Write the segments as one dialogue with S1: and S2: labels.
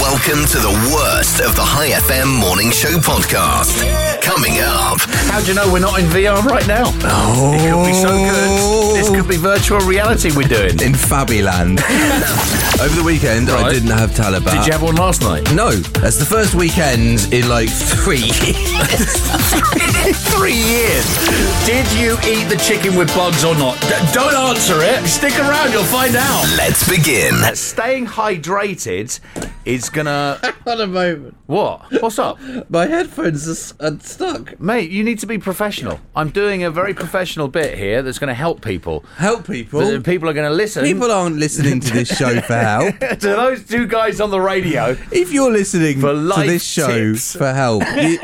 S1: Welcome to the worst of the High FM Morning Show podcast. Coming up.
S2: How do you know we're not in VR right now?
S1: Oh.
S2: It could be so good. This could be virtual reality we're doing.
S3: in Fabuland. Over the weekend, I
S2: Right.
S3: didn't have Taliban.
S2: Did you have one last night?
S3: no, that's the first weekend in like three years.
S2: Three years. Did you eat the chicken with bugs or not? D- don't answer it. Stick around, you'll find out.
S1: Let's begin.
S2: Staying hydrated is gonna.
S3: What a moment.
S2: What? What's up?
S3: My headphones are, s- are stuck.
S2: Mate, you need to be professional. I'm doing a very professional bit here that's going to help people.
S3: Help people.
S2: That People are going to listen
S3: People aren't listening to this show for help.
S2: to those two guys on the radio.
S3: If you're listening
S2: For
S3: to
S2: life
S3: this show
S2: tips.
S3: for help, you,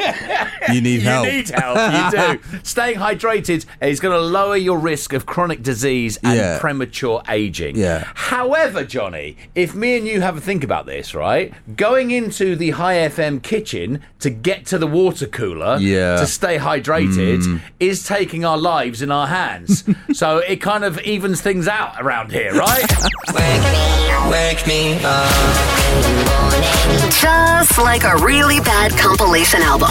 S3: you need
S2: You
S3: help.
S2: need help. You do. Staying hydrated is going to lower your risk of chronic disease and
S3: Yeah.
S2: premature aging.
S3: Yeah.
S2: However, Johnny, if me and you have a think about this, right? Going into the High FM kitchen to get to the water cooler
S3: Yeah. Mm.
S2: to stay hydrated is taking our lives in our hands. so it kind of evens things out around here, right?
S4: Just like a really bad compilation album.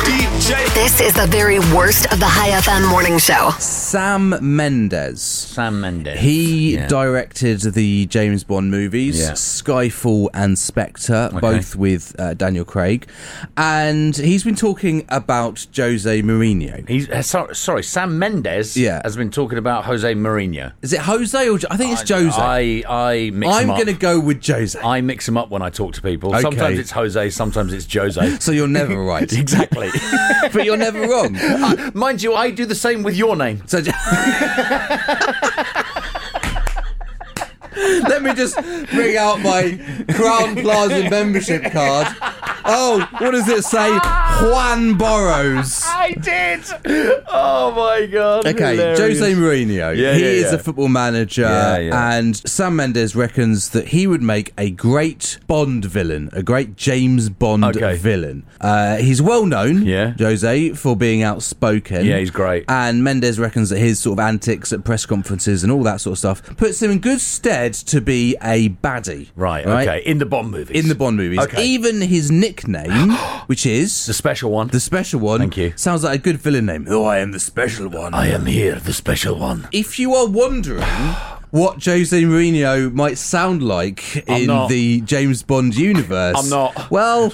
S4: This is the very worst of the High FM morning show.
S3: Sam Mendes.
S2: Sam Mendes.
S3: He
S2: Yeah.
S3: directed the James Bond movies,
S2: Yeah.
S3: Skyfall and Spectre,
S2: Okay.
S3: both with uh, Daniel Craig. And he's been talking about Jose Mourinho.
S2: He's, uh, so- sorry, Sam Mendes
S3: Yeah.
S2: has been talking about Jose Mourinho.
S3: Is it Jose or Jo- I think it's Jose? I,
S2: I, I mix
S3: am
S2: him up.
S3: going to go with Jose.
S2: I mix them up when I talk to people.
S3: Okay.
S2: Sometimes it's Jose, sometimes it's Jose.
S3: so you're never right,
S2: exactly.
S3: but you're never wrong.
S2: Mind you, I do the same with your name.
S3: So j- Let me just bring out my Crown Plaza membership card. Oh, what does it say? Juan Borrows.
S2: I did. Oh my god.
S3: Okay,
S2: Hilarious.
S3: Jose Mourinho.
S2: Yeah,
S3: he
S2: yeah,
S3: is
S2: yeah.
S3: a football manager,
S2: Yeah, yeah.
S3: and Sam Mendes reckons that he would make a great Bond villain, a great James Bond
S2: Okay.
S3: villain. Uh, he's well known,
S2: Yeah.
S3: Jose, for being outspoken.
S2: Yeah, he's great.
S3: And Mendes reckons that his sort of antics at press conferences and all that sort of stuff puts him in good stead to be a baddie.
S2: Right, okay. In the Bond movies.
S3: In the Bond movies,
S2: Okay.
S3: even his nickname, which is
S2: The special one.
S3: the special one,
S2: Thank you.
S3: sounds like a good villain name. Oh, I am the special one
S2: I am here, the special one.
S3: if you are wondering what Jose Mourinho might sound like
S2: I'm
S3: in
S2: not.
S3: the James Bond universe,
S2: I'm not.
S3: Well,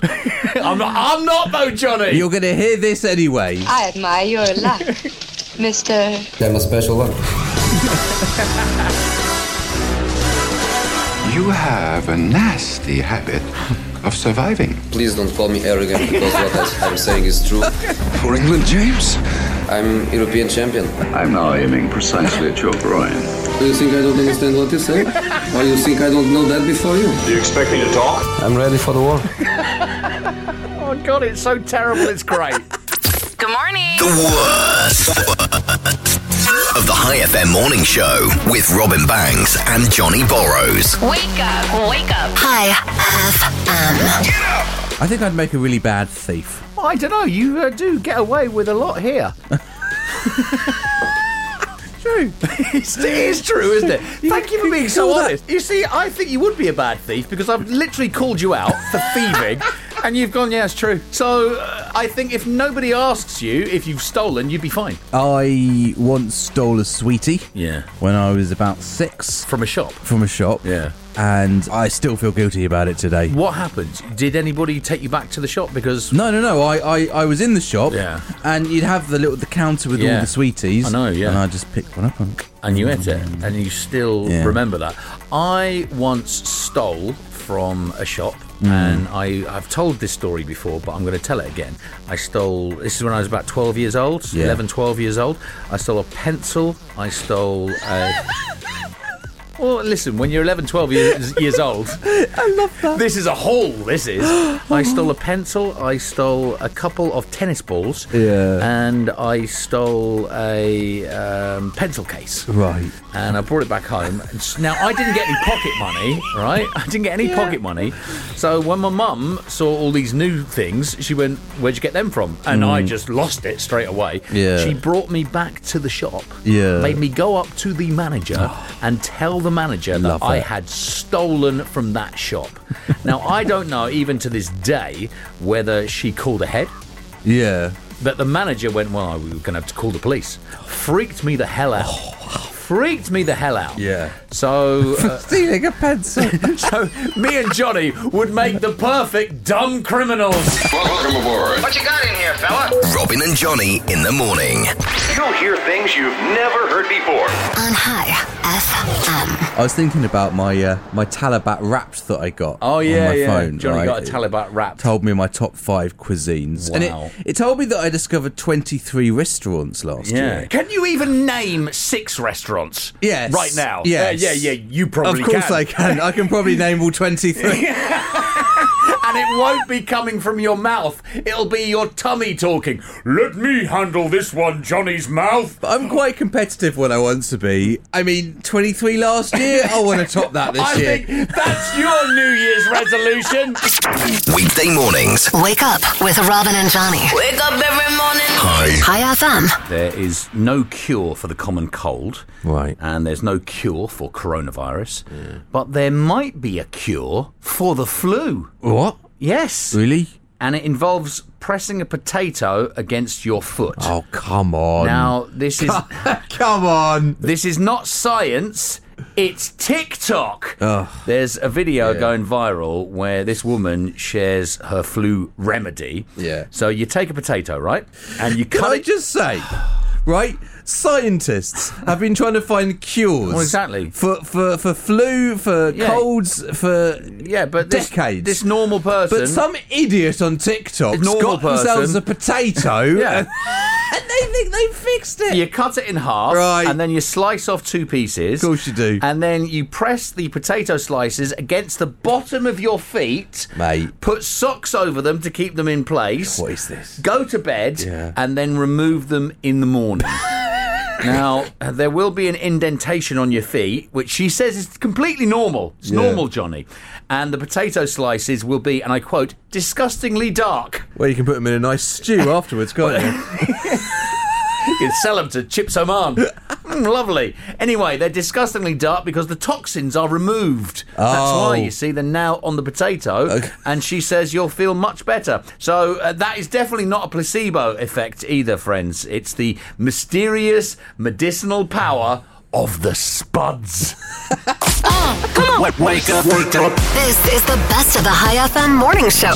S2: I'm not I'm not though, Johnny.
S3: you're going to hear this anyway.
S5: I admire your luck, Mr.
S6: I'm a special one.
S7: You have a nasty habit of surviving.
S6: Please don't call me arrogant because what I- I'm saying is true.
S7: For England, James?
S6: I'm European champion.
S8: I'm now aiming precisely at your groin.
S6: Do you think I don't understand what you say? Or you think I don't know that before you?
S8: Do you expect me to talk?
S6: I'm ready for the war.
S2: oh god, it's so terrible, it's great.
S4: Good morning.
S1: The worst of the High FM Morning Show with Robin Banks and Johnny Borrows.
S4: Wake up. Wake up. High FM.
S3: I think I'd make a really bad thief.
S2: I don't know, you uh, do get away with a lot here. True. it's, it is true, isn't it? Thank you for being so
S3: call that-
S2: honest. You see, I think you would be a bad thief because I've literally called you out for thieving. And you've gone, yeah, it's true. So uh, I think if nobody asks you if you've stolen, you'd be fine.
S3: I once stole a sweetie.
S2: Yeah.
S3: When I was about six
S2: From a shop.
S3: from a shop.
S2: Yeah.
S3: And I still feel guilty about it today.
S2: What happened? Did anybody take you back to the shop? Because
S3: No, no, no. I, I, I was in the shop.
S2: Yeah.
S3: And you'd have the little the counter with
S2: Yeah.
S3: all the sweeties.
S2: I know, yeah.
S3: And I just picked one up. And,
S2: and you ate it and you still
S3: Yeah.
S2: remember that. I once stole from a shop
S3: Mm.
S2: and I, I've told this story before, but I'm going to tell it again. I stole, this is when I was about 12 years old,
S3: Yeah.
S2: 11, 12 years old. I stole a pencil. I stole a. Well, listen, when you're 11, 12 years, years old, I love that. This is a haul, this is. I stole a pencil, I stole a couple of tennis balls,
S3: Yeah.
S2: and I stole a um, pencil case
S3: right.
S2: and I brought it back home. Now I didn't get any pocket money, right? I didn't get any pocket money. So when my mum saw all these new things, she went, "Where'd you get them from?" And I just lost it straight away.
S3: Mm. Yeah.
S2: She brought me back to the shop.
S3: Yeah. Oh.
S2: Made me go up to the manager and tell the manager that
S3: Love
S2: I
S3: it.
S2: had stolen from that shop. now, I don't know, even to this day, whether she called ahead.
S3: Yeah.
S2: But the manager went, Well, we were going to have to call the police. Freaked me the hell out. Freaked me the hell out.
S3: Yeah.
S2: So, uh,
S3: Stealing a pencil.
S2: so me and Johnny would make the perfect dumb criminals.
S9: Welcome aboard.
S10: What you got in here, fella?
S1: Robin and Johnny in the morning.
S10: You'll hear things you've never heard before.
S4: on High FM.
S3: I was thinking about my uh, my Talabat wraps that I got.
S2: Oh yeah,
S3: on my
S2: yeah.
S3: Phone,
S2: Johnny
S3: right?
S2: got a
S3: It
S2: Taliban wrap.
S3: Told me my top five cuisines, and
S2: Wow.
S3: it, it told me that I discovered twenty three restaurants last
S2: yeah.
S3: year.
S2: Can you even name six restaurants?
S3: Yes.
S2: Right now.
S3: Yes.
S2: Yeah, yeah, yeah. You probably
S3: of course
S2: can.
S3: I can. I can probably name all twenty three.
S2: And it won't be coming from your mouth. It'll be your tummy talking. Let me handle this one, Johnny's mouth.
S3: But I'm quite competitive when I want to be. I mean, 23 last year. I want to top that this
S2: I
S3: year.
S2: think that's your New Year's resolution.
S1: Weekday mornings.
S4: Wake up with Robin and Johnny.
S11: Wake up every morning.
S1: High.
S4: High FM.
S2: There is no cure for the common cold.
S3: Right.
S2: And there's no cure for coronavirus. But there might be a cure for the flu.
S3: What?
S2: Yes.
S3: Really?
S2: and it involves pressing a potato against your foot.
S3: Oh, come on.
S2: Now, this is
S3: Come on.
S2: this is not science. It's TikTok. There's a video going viral where this woman shares her flu remedy.
S3: Yeah.
S2: So you take a potato, right? And you
S3: Can
S2: cut
S3: I
S2: it.
S3: just say, right? Scientists have been trying to find cures.
S2: Well, exactly.
S3: For, for, for flu, for
S2: Yeah.
S3: colds, for.
S2: yeah, but this,
S3: decades.
S2: This normal person.
S3: But some idiot on TikTok
S2: Normal
S3: got themselves
S2: person.
S3: a potato
S2: Yeah.
S3: and, and they think they fixed it.
S2: you cut it in half,
S3: Right.
S2: and then you slice off two pieces.
S3: Of course you do.
S2: And then you press the potato slices against the bottom of your feet,
S3: Mate.
S2: Put socks over them to keep them in place.
S3: What is this?
S2: Go to bed,
S3: Yeah.
S2: and then remove them in the morning. Now, there will be an indentation on your feet, which she says is completely normal. It's normal, Johnny. And the potato slices will be, and I quote, disgustingly dark.
S3: Well, you can put them in a nice stew afterwards, can't you?
S2: You'd sell them to Chips Oman. Mm, lovely. Anyway, they're disgustingly dark because the toxins are removed. That's
S3: Oh.
S2: why, you see, they're now on the potato.
S3: Okay.
S2: And she says you'll feel much better. So uh, that is definitely not a placebo effect either, friends. It's the mysterious medicinal power of the spuds.
S4: This is the best of the High FM morning show.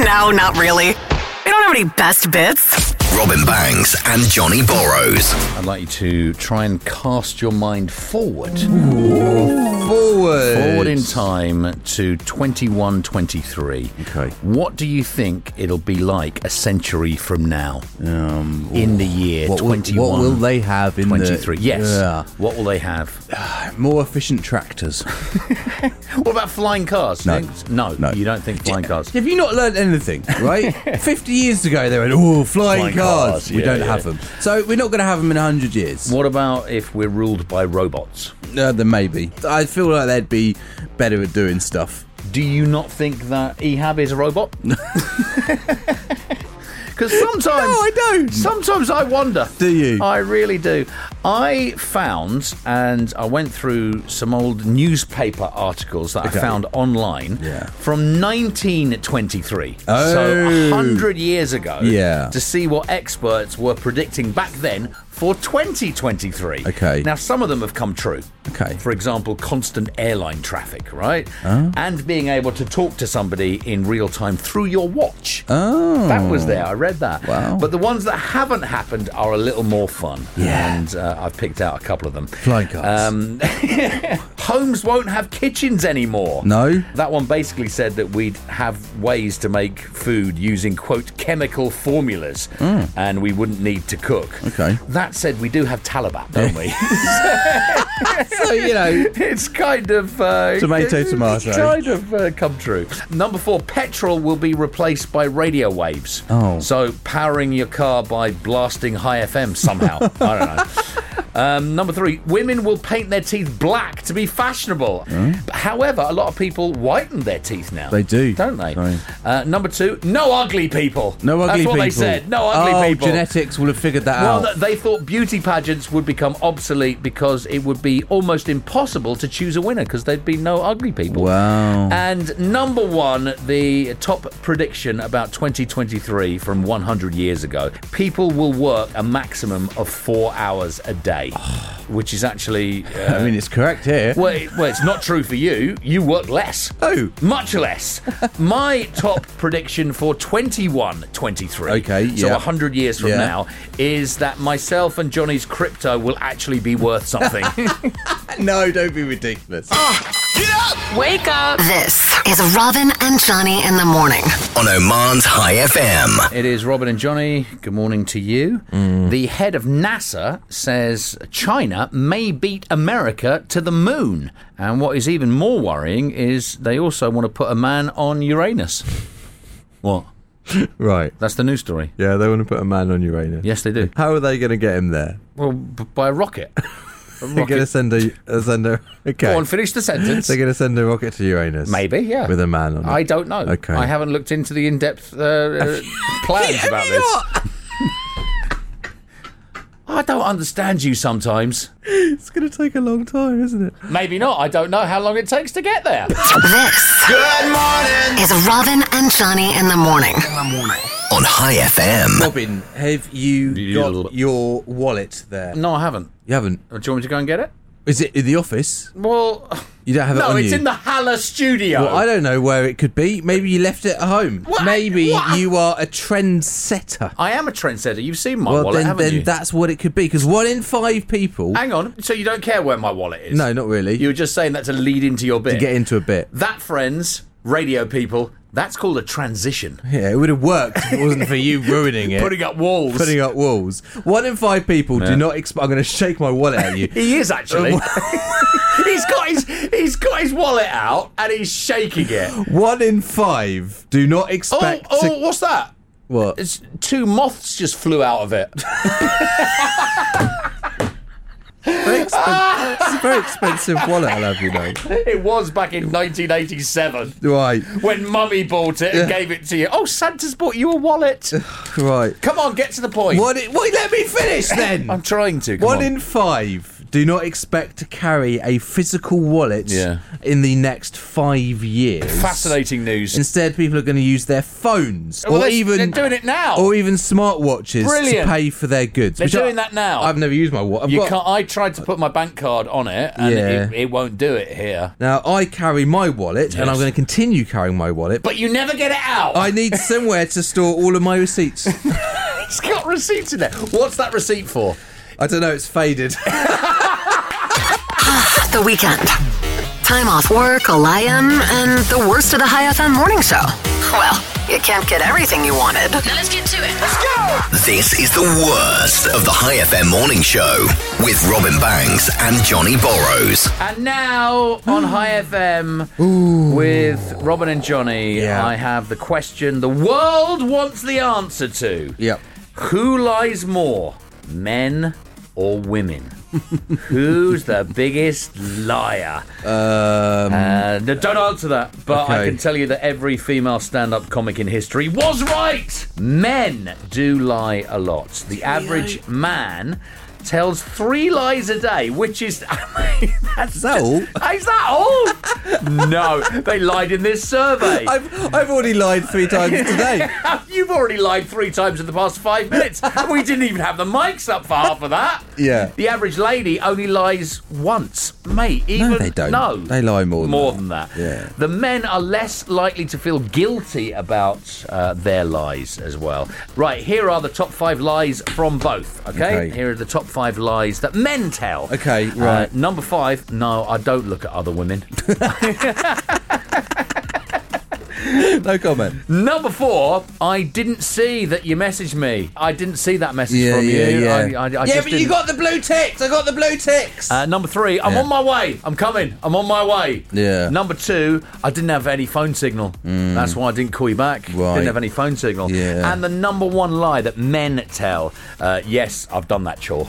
S4: no, not really. We don't have any best bits.
S1: Robin Bangs and Johnny Borrows.
S2: I'd like you to try and cast your mind forward.
S3: Forward.
S2: Forward in time to 2123.
S3: Okay.
S2: What do you think it'll be like a century from now? Um, in the year
S3: What will,
S2: 21.
S3: what will they have in
S2: 23.
S3: the
S2: Yes.
S3: Yeah.
S2: What will they have?
S3: more efficient tractors?
S2: What about flying cars?
S3: No.
S2: You think- no,
S3: No.
S2: you don't think flying cars.
S3: have you not learned anything? Right, fifty years ago they went, "Oh, flying,
S2: Flying
S3: cars."
S2: cars,
S3: we
S2: yeah,
S3: don't
S2: yeah.
S3: have them, so we're not going to have them in hundred years.
S2: What about if we're ruled by robots?
S3: Uh, then maybe I feel like they'd be better at doing stuff.
S2: Do you not think that Ehab is a robot? Because sometimes
S3: No, I don't.
S2: Sometimes I wonder.
S3: Mm. Do you?
S2: I really do. I found, and I went through some old newspaper articles that
S3: Okay.
S2: I found online
S3: Yeah.
S2: from 1923,
S3: Oh.
S2: so 100 years ago,
S3: Yeah.
S2: to see what experts were predicting back then for 2023.
S3: Okay.
S2: Now some of them have come true.
S3: Okay.
S2: For example, constant airline traffic, right? And being able to talk to somebody in real time through your watch.
S3: Oh,
S2: That was there. I read that.
S3: Wow.
S2: But the ones that haven't happened are a little more fun.
S3: Yeah.
S2: And uh, I've picked out a couple of them.
S3: flying cars.
S2: Um, homes won't have kitchens anymore.
S3: No.
S2: That one basically said that we'd have ways to make food using, quote, chemical formulas and we wouldn't need to cook.
S3: Hmm. Okay.
S2: That said, we do have Taliban, don't we?
S3: so you know,
S2: it's kind of uh,
S3: Tomato,
S2: it's
S3: tomato.
S2: Kind of uh, come true. Number four, petrol will be replaced by radio waves.
S3: Oh.
S2: so powering your car by blasting high FM somehow. I don't know. Um, number three, women will paint their teeth black to be fashionable. However, a lot of people whiten their teeth now.
S3: Hmm? They do.
S2: don't they?
S3: Sorry.
S2: Uh, number two, no ugly people.
S3: No ugly
S2: That's what
S3: people.
S2: they said. No ugly
S12: oh,
S2: people.
S12: genetics will have figured that
S2: Well,
S12: out.
S2: th- they thought beauty pageants would become obsolete because it would be almost impossible to choose a winner because there'd be no ugly people.
S3: Wow.
S2: And number one, the top prediction about 2023 from 100 years ago people will work a maximum of four hours a day, which is actually. Uh,
S3: I mean, it's correct here.
S2: well, it- well, it's not true for you. You work less.
S3: Oh.
S2: Much less. My top prediction for 21 23.
S3: Okay,
S2: So
S3: yeah.
S2: 100 years from
S3: Yeah.
S2: now is that myself and Johnny's crypto will actually be worth something.
S3: No, don't be ridiculous.
S2: Ah.
S5: Wake up!
S4: This is Robin and Johnny in the morning.
S1: on Oman's High FM.
S2: it is Robin and Johnny. Good morning to you. The head of NASA says China may beat America to the moon. And what is even more worrying is they also want to put a man on Uranus. What?
S3: right.
S2: That's the news story.
S3: Yeah, they want to put a man on Uranus.
S2: Yes, they do.
S3: How are they going to get him there?
S2: Well, b- by a rocket. A
S3: They're going to
S2: rocket.
S3: send a, uh, send a okay.
S2: Go on, finish the sentence.
S3: They're going to send a rocket to Uranus.
S2: Maybe, yeah.
S3: With a man on it.
S2: I don't know.
S3: Okay.
S2: I haven't looked into the in-depth uh, uh, plans about this. I don't understand you sometimes.
S3: It's going to take a long time, isn't it?
S2: Maybe not. I don't know how long it takes to get there.
S4: This
S13: Good morning.
S4: is Robin and Johnny in the morning.
S1: On High FM.
S12: Robin, have you
S2: You need a little
S12: got
S2: bit.
S12: your wallet there?
S2: No, I haven't.
S3: You haven't.
S2: Do you want me to go and get it?
S3: Is it in the office?
S2: Well,
S3: You don't have it
S2: no,
S3: on
S2: it's
S3: you.
S2: in the Haller studio.
S3: Well, I don't know where it could be. Maybe you left it at home.
S2: What?
S12: Maybe
S2: What?
S12: you are a trendsetter.
S2: I am a trendsetter. You've seen my
S3: Well,
S2: Oh, wallet,
S3: then,
S2: haven't
S3: then
S2: you?
S3: that's what it could be. Because one in five people.
S2: Hang on. So you don't care where my wallet is?
S3: No, not really.
S2: You were just saying that to lead into your bit.
S3: get into a bit.
S2: That, friends, radio people, that's called a transition.
S3: Yeah, it would have worked if it wasn't for you ruining it.
S2: Putting up walls.
S3: Putting up walls. One in five people do not expect. I'm going to shake my wallet at you.
S2: he is actually. he's got his he's got his wallet out and he's shaking it.
S3: One in five do not
S2: Oh,
S3: expect
S2: oh,
S3: to.
S2: what's that?
S3: What?
S2: It's two moths just flew out of it.
S3: very expen- it's a very expensive wallet, I'll have you know.
S2: it was back in 1987
S3: Right,
S2: when Mummy bought it and gave it to you. Oh, Santa's bought you a wallet.
S3: right.
S2: Come on, get to the point.
S3: One in, wait, let me finish then.
S2: I'm trying to. Come
S3: One
S2: on.
S3: in five do not expect to carry a physical wallet
S2: Yeah.
S3: in the next five years.
S2: fascinating news.
S3: Instead, people are going to use their phones
S2: Well,
S3: or
S2: they're-
S3: even
S2: they're doing it now.
S3: or even smartwatches
S2: Brilliant.
S3: to pay for their goods.
S2: They're
S3: which I-
S2: doing that now.
S3: I've never used my watch.
S2: You can't. I tried to put my bank card on it, and
S3: Yeah.
S2: it, it won't do it here.
S3: Now I carry my wallet, and I'm
S2: Yes.
S3: going to continue carrying my wallet.
S2: But you never get it out.
S3: I need somewhere to store all of my receipts.
S2: It's got receipts in there. What's that receipt for?
S3: I don't know. It's faded.
S4: The weekend. Time off work, a lion, and the worst of the High FM morning show. Well, you can't get everything you wanted. Now let's get to it. Let's go.
S1: This is the worst of the High FM morning show with Robin Banks and Johnny Borrows.
S2: And now on High FM with Robin and Johnny,
S3: Yeah.
S2: I have the question the world wants the answer to.
S3: yep.
S2: Who lies more, men or women? Who's the biggest liar?
S3: Um,
S2: Uh, no, don't answer that, but I
S3: Okay.
S2: can tell you that every female stand up comic in history was right! Men do lie a lot. The average man tells three lies a day, which is. I mean, that's
S3: that all?
S2: Is that all? no, they lied in this survey.
S3: I've I've already lied three times today.
S2: You've already lied three times in the past five minutes. we didn't even have the mics up for half of that.
S3: Yeah.
S2: The average lady only lies once, mate. Even
S3: they don't.
S2: No,
S3: They lie more than
S2: more
S3: that.
S2: than that.
S3: Yeah.
S2: The men are less likely to feel guilty about uh, their lies as well. Right. Here are the top five lies from both. Okay.
S3: Okay.
S2: Here are the top five lies that men tell.
S3: Okay,
S2: Uh,
S3: right.
S2: number five. No, I don't look at other women.
S3: no comment.
S2: Number four, I didn't see that you messaged me. I didn't see that message
S3: Yeah,
S2: from
S3: yeah,
S2: you.
S3: yeah.
S2: I, I, I
S12: yeah,
S2: just
S12: but you
S2: didn't.
S12: got the blue ticks. I got the blue ticks.
S2: Uh, number three, I'm
S3: Yeah.
S2: on my way. I'm coming. I'm on my way.
S3: Yeah. Mm.
S2: Number two, I didn't have any phone signal. That's why I didn't call you back.
S3: Right.
S2: Didn't have any phone signal.
S3: Yeah.
S2: And the number one lie that men tell, uh, yes, I've done that chore.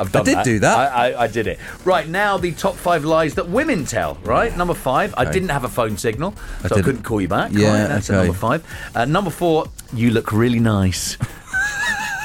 S2: I've done
S3: I did
S2: that.
S3: do that.
S2: I, I, I did it. Right, now the top five lies that women tell, right? Number five, I didn't have a phone signal, so I,
S3: didn't.
S2: couldn't call you back.
S3: Yeah,
S2: right, that's at
S3: okay.
S2: number five. Uh, number four, you look really nice.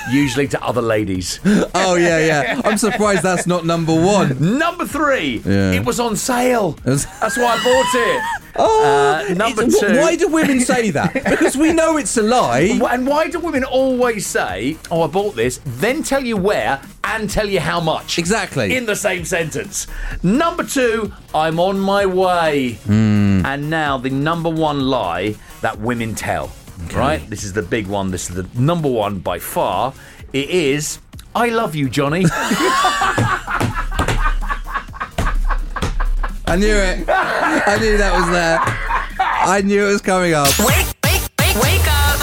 S2: Usually to other ladies.
S3: Oh yeah, yeah. I'm surprised that's not number one.
S2: Number three,
S3: Yeah.
S2: it was on sale.
S3: was-
S2: That's why I bought it.
S3: Oh,
S2: Uh, number
S3: it's- wh-
S2: two-
S3: Why do women say that? Because we know it's a lie.
S2: Wh- And why do women always say, "Oh, I bought this," then tell you where and tell you how much?
S3: Exactly.
S2: In the same sentence. Number two, I'm on my way.
S3: Hmm.
S2: And now the number one lie that women tell. Right? This is the big one. This is the number one by far. It is, "I love you, Johnny."
S3: I knew it. I knew that was there. I knew it was coming up.
S5: Wake, wake, wake, wake up.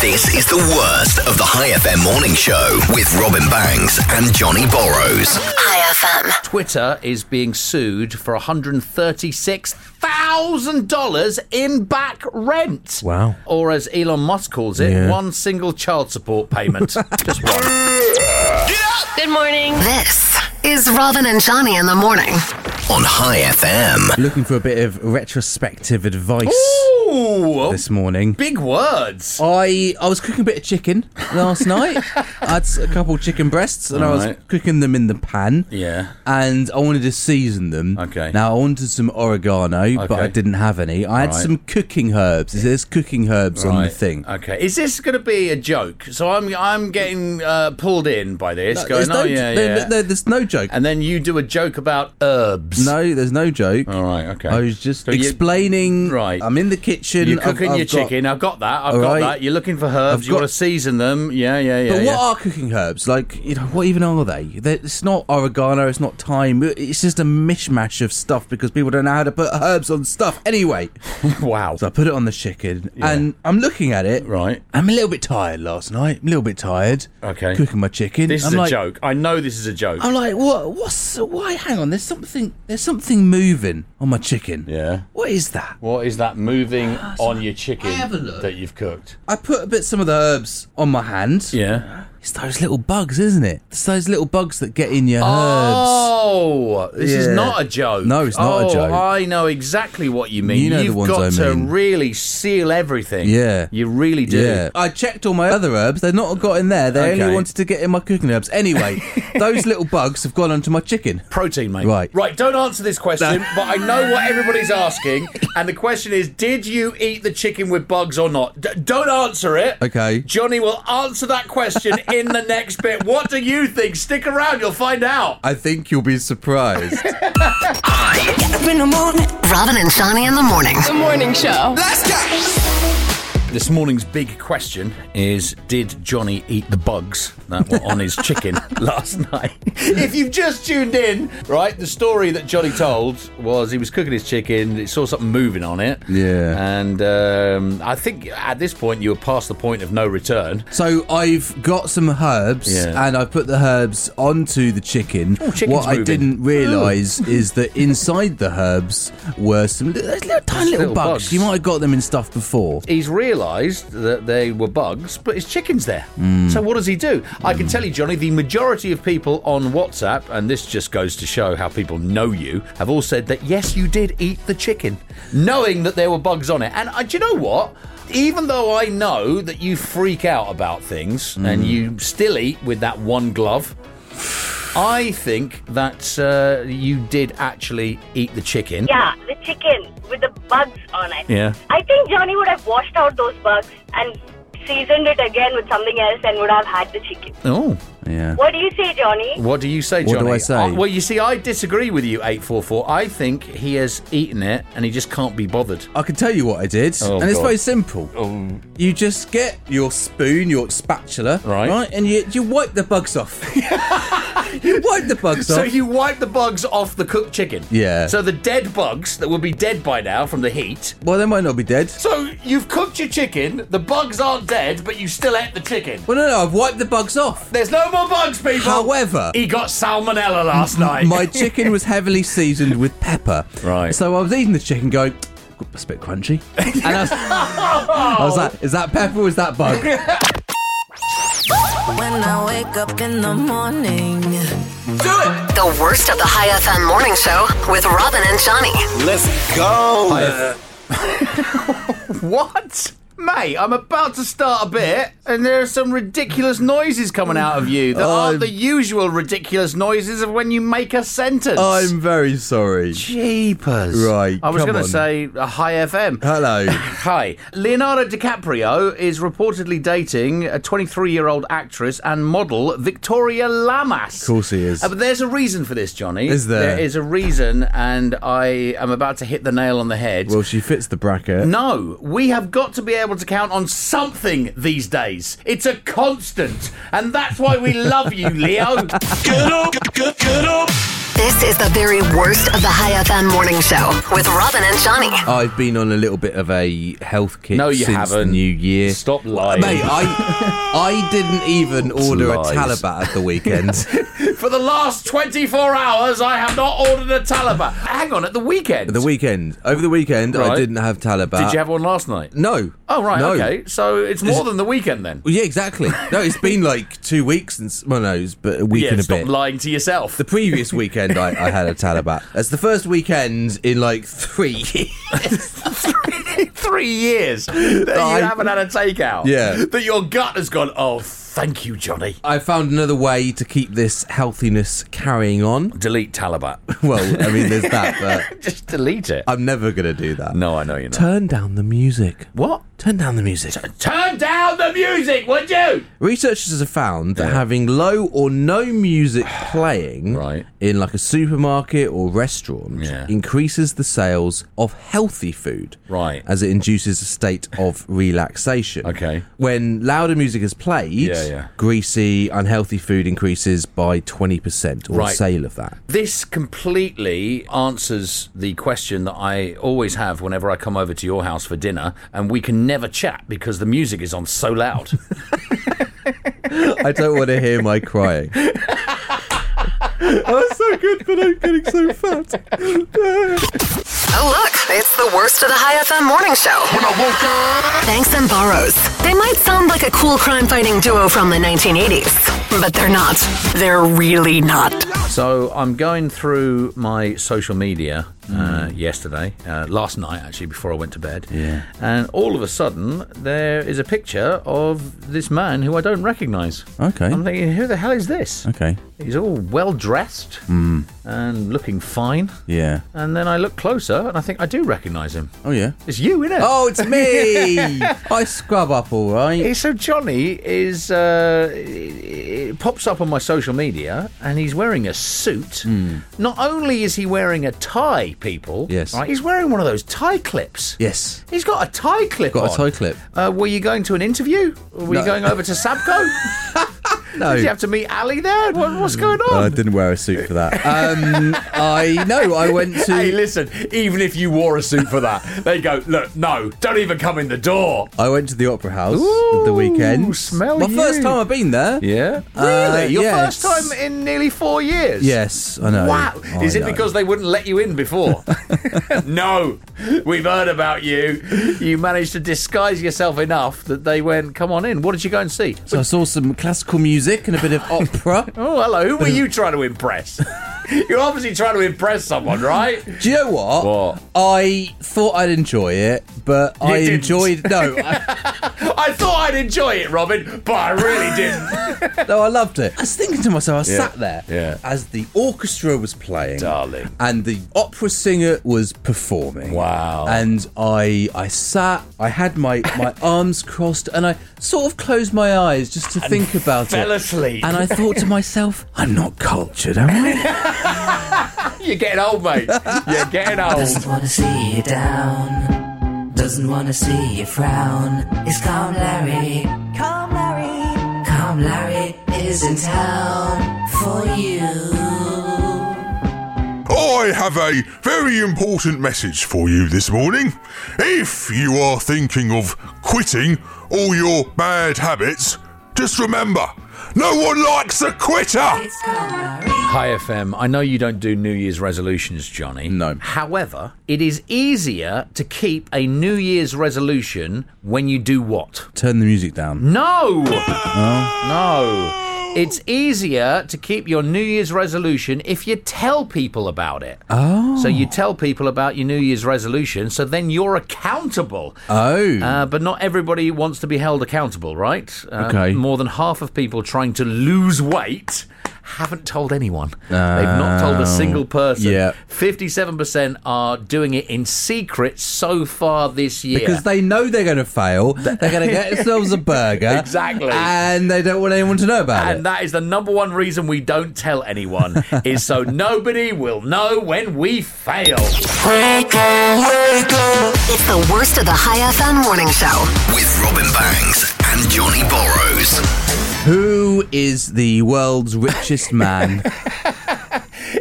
S1: This is the worst of the High FM morning show with Robin Banks and Johnny Borrows.
S4: High FM.
S2: Twitter is being sued for $136,000 in back rent.
S3: Wow.
S2: Or as Elon Musk calls it,
S3: Yeah.
S2: one single child support payment. Just one.
S5: Good morning.
S4: This is Robin and Johnny in the morning.
S1: On High FM.
S3: Looking for a bit of retrospective advice
S2: Ooh,
S3: this morning.
S2: big words.
S3: I I was cooking a bit of chicken last night. I had s- a couple chicken breasts, and I was
S2: Alright.
S3: cooking them in the pan.
S2: Yeah.
S3: And I wanted to season them.
S2: Okay.
S3: Now I wanted some oregano, but I
S2: Okay.
S3: didn't have any. I had
S2: Right.
S3: some cooking herbs. It says cooking herbs on the
S2: Right, Uh,
S3: thing.
S2: Okay, is this going to be a joke? So I'm I'm getting uh, pulled in by this.
S3: There's
S2: going,
S3: no,
S2: oh yeah,
S3: there-
S2: yeah.
S3: there- there's no joke.
S2: and then you do a joke about herbs.
S3: No, there's no joke.
S2: All right. Okay.
S3: I was just
S2: So you-
S3: explaining.
S2: Right.
S3: I'm in the kitchen.
S2: You're
S3: I've-
S2: cooking
S3: I've
S2: your
S3: got-
S2: chicken. I've got that. I've
S3: All
S2: got
S3: right.
S2: that. You're looking for herbs.
S3: I've
S2: you want
S3: got-
S2: to season them. Yeah, yeah, yeah.
S3: But
S2: yeah.
S3: what are cooking herbs? Like, you know, what even are they? They're, it's not oregano, it's not thyme. It's just a mishmash of stuff because people don't know how to put herbs on stuff. Anyway,
S2: wow.
S3: so I put it on the chicken and I'm looking at it.
S2: Right.
S3: I'm a little bit tired last night. I'm a little bit tired.
S2: Okay.
S3: Cooking my chicken.
S2: This
S3: I'm
S2: is a
S3: like,
S2: joke. I know this is a joke.
S3: I'm like, what? What's. Why? Hang on. There's something. There's something moving on my chicken.
S2: Yeah.
S3: What is that?
S2: What is that moving on your chicken
S3: Ah, have a look.
S2: that you've cooked?
S3: I put a bit some of the herbs on my hand.
S2: Yeah.
S3: It's those little bugs, isn't it? It's those little bugs that get in your herbs.
S2: Oh, this is
S3: Yeah.
S2: not a joke.
S3: No, it's not a
S2: Oh,
S3: joke.
S2: I know exactly what you mean.
S3: You know the
S2: have
S3: ones
S2: got
S3: I
S2: to
S3: mean.
S2: really seal everything.
S3: Yeah.
S2: You really do.
S3: Yeah. I checked all my other herbs. They've not got in there. They
S2: Okay.
S3: only wanted to get in my cooking herbs. Anyway, those little bugs have gone onto my chicken.
S2: Protein, mate.
S3: Right.
S2: Right, don't answer this question, but I know what everybody's asking. And the question is Did you eat the chicken with bugs or not? D- don't answer it.
S3: Okay.
S2: Johnny will answer that question in the next bit. What do you think? Stick around, you'll find out.
S3: I think you'll be surprised.
S4: Robin and Johnny in the morning.
S5: The morning show.
S2: This morning's big question is Did Johnny eat the bugs that were on his chicken last night? If you've just tuned in, right, the story that Johnny told was he was cooking his chicken, he saw something moving on it.
S3: Yeah.
S2: And um, I think at this point you were past the point of no return.
S3: so I've got some herbs
S2: Yeah.
S3: and I put the herbs onto the chicken.
S2: chicken's
S3: what I
S2: moving.
S3: didn't realise is that inside the herbs were some li- those little tiny little,
S2: little
S3: bugs.
S2: bugs.
S3: You might have got them in stuff before.
S2: He's realised that they were bugs, but his chicken's there. So what does he do? I can tell you, Johnny, the majority of people on WhatsApp, and this just goes to show how people know you, have all said that yes, you did eat the chicken, knowing that there were bugs on it. And uh, do you know what? Even though I know that you freak out about things and you still eat with that one glove, I think that uh, you did actually eat the chicken.
S10: Yeah, the chicken with the bugs on it.
S2: Yeah.
S10: I think Johnny would have washed out those bugs and seasoned it again with something else and would have had the chicken.
S2: Oh,
S3: Yeah.
S10: What do you say, Johnny?
S2: What do you say,
S3: What do
S2: Johnny?
S3: I say?
S2: Uh, well, you see, I disagree with you, 844. I think he has eaten it and he just can't be bothered.
S3: I can tell you what I did,
S2: Oh,
S3: and it's
S2: God. Oh.
S3: very simple. You just get your spoon, your spatula, right, and you you wipe the bugs off. you wipe the bugs
S2: So
S3: off.
S2: you wipe the bugs off the cooked chicken.
S3: Yeah.
S2: So the dead bugs that would be dead by now from the heat.
S3: well, they might not be dead.
S2: So you've cooked your chicken, the bugs aren't dead, but you still ate the chicken.
S3: Well, no, no, I've wiped the bugs off.
S2: There's no more bugs, people.
S3: However,
S2: he got salmonella last night.
S3: My chicken was heavily seasoned with pepper. Right. So I was eating the chicken, going, "Oh, it's a bit crunchy. And I was, I was like, is that pepper or is that bug?
S14: When I wake up in the morning.
S4: Do it! The worst of the High FM morning show with Robin and
S1: Let's
S4: Johnny.
S1: go.
S2: What? Mate, I'm about to start a bit, and there are some ridiculous noises coming out of you that aren't the usual ridiculous noises of when you make a sentence.
S3: I'm very sorry.
S2: Jeepers.
S3: Right.
S2: I was
S3: come
S2: going to
S3: on.
S2: say uh, a high FM.
S3: Hello.
S2: Hi. Leonardo DiCaprio is reportedly dating a 23 year old actress and model, Victoria Lamas. Of
S3: course he is.
S2: but there's a reason for this, Johnny.
S3: Is there?
S2: There is a reason, and I am about to hit the nail on the head.
S3: Well, she fits the bracket.
S2: No, we have got to be able to count on something these days. It's a constant, and that's why we love you, Leo. Good up, good, good up.
S4: This is the very worst of the High FM morning show with Robin and Johnny.
S3: I've been on a little bit of a health kick
S2: No, you
S3: since
S2: haven't.
S3: the new year.
S2: Stop lying.
S3: Mate, I I didn't even order
S2: lies.
S3: a Talabat at the weekend.
S2: For the last 24 hours, I have not ordered a Talaba. Hang on, at the weekend.
S3: the weekend. Over the weekend, I
S2: Right.
S3: didn't have Talabat.
S2: Did you have one last night?
S3: No.
S2: Oh, right,
S3: No.
S2: okay. So it's
S3: Is
S2: more
S3: it-
S2: than the weekend then.
S3: Well, yeah, exactly. No, it's been like two weeks since. Well, no, it's but a week
S2: yeah,
S3: and a
S2: stop
S3: bit.
S2: lying to yourself.
S3: the previous weekend, I, I had a Talabat. That's the first weekend in like three years.
S2: Three years that
S3: I-
S2: you haven't had a takeout.
S3: Yeah.
S2: That your gut has gone, oh, thank you, Johnny.
S3: I found another way to keep this healthiness carrying on.
S2: Delete Talabat.
S3: Well, I mean, there's that, but
S2: Just delete it.
S3: I'm never going to do that.
S2: No, I know you're not.
S3: Turn down the music.
S2: What?
S3: Turn down the music.
S2: Turn down the music, would you?
S3: Researchers have found that having low or no music playing in like a supermarket or restaurant
S2: Yeah.
S3: increases the sales of healthy food.
S2: Right.
S3: As it induces a state of relaxation.
S2: Okay.
S3: When louder music is played,
S2: Yeah, yeah.
S3: greasy, unhealthy food increases by 20% or
S2: Right.
S3: a sale of that.
S2: This completely answers the question that I always have whenever I come over to your house for dinner, and we can never chat because the music is on so loud.
S3: I don't want to hear my crying. That's so good, but I'm getting so fat.
S4: Oh, look, it's the worst of the High FM morning show. Thanks and Burrows. They might sound like a cool crime fighting duo from the 1980s, but they're not. They're really not.
S2: so I'm going through my social media uh,
S3: Mm.
S2: yesterday, uh, last night actually, before I went to bed. Yeah. And all of a sudden, there is a picture of this man who I don't recognise.
S3: Okay.
S2: I'm thinking, who the hell is this?
S3: Okay.
S2: He's all well dressed
S3: Hmm.
S2: and looking fine.
S3: Yeah.
S2: And then I look closer and I think I do recognise him.
S3: Oh, yeah.
S2: It's you, innit?
S3: Oh, it's me! I scrub up all right.
S2: So Johnny is uh, it pops up on my social media, and he's wearing a suit. Not only is he wearing a tie, people.
S3: Hmm. Yes.
S2: right, he's wearing one of those tie clips.
S3: Yes.
S2: He's got a tie clip.
S3: Got a
S2: on.
S3: tie clip.
S2: Uh, were you going to an interview? Were
S3: No.
S2: you going over to Sabco?
S3: No.
S2: Did you have to meet Ali there? What, what's going on?
S3: I didn't wear a suit for that. Um, I no, I went to.
S2: Hey, listen, even if you wore a suit for that, they go, look, no, don't even come in the door.
S3: I went to the opera house at the weekend.
S2: smell
S3: My
S2: you.
S3: first time I've been there.
S2: Yeah?
S3: Uh,
S2: Really? Your first
S3: yes.
S2: time in nearly four years?
S3: Yes, I know. Oh,
S2: Wow.
S3: I
S2: Is it
S3: know.
S2: because they wouldn't let you in before? no. We've heard about you. You managed to disguise yourself enough that they went, come on in. What did you go and see?
S3: So I saw some classical music and a bit of opera.
S2: Oh, hello. Who were you trying to impress? You're obviously trying to impress someone, right?
S3: Do you know what? I thought I'd enjoy it, but
S2: You
S3: I
S2: didn't.
S3: enjoyed. No,
S2: I thought I'd enjoy it, Robin, but I really didn't.
S3: no, I loved it. I was thinking to myself, I
S2: Yeah,
S3: sat there as the orchestra was playing, darling, and the opera singer was performing. Wow! And I, I sat, I had my my arms crossed, and I sort of closed my eyes just to think about
S2: fell
S3: it.
S2: asleep.
S3: And I thought to myself, I'm not cultured, am I?
S2: You're getting old, mate. You're getting
S14: Doesn't
S2: old.
S14: wanna see you down. Doesn't wanna see you frown. It's calm, Larry. Calm, Larry. Calm, Larry is in town for you.
S15: I have a very important message for you this morning. If you are thinking of quitting all your bad habits, just remember no one likes a quitter!
S2: Hi FM. I know you don't do New Year's resolutions, Johnny. No. However, it is easier to keep a New Year's resolution when you do what?
S3: Turn the music
S2: Mm.
S3: down.
S2: No. No. It's easier to keep your New Year's resolution if you tell people about it.
S3: Oh.
S2: So you tell people about your New Year's resolution, so then you're accountable.
S3: Oh.
S2: Uh, but not everybody wants to be held accountable, right? Um,
S3: Okay.
S2: More than half of people trying to lose weight haven't told anyone. They've not told a
S3: Oh.
S2: single person.
S3: Yeah.
S2: 57% are doing it in secret so far this year.
S3: Because they know they're going to fail. They're going to get themselves a burger.
S2: Exactly.
S3: And they don't want anyone to know about it.
S2: and that is the number one reason we don't tell anyone is so nobody will know when we fail.
S4: It's the worst of the High FM morning show.
S1: With Robin Bangs and Johnny Borrows.
S3: Who is the world's richest man?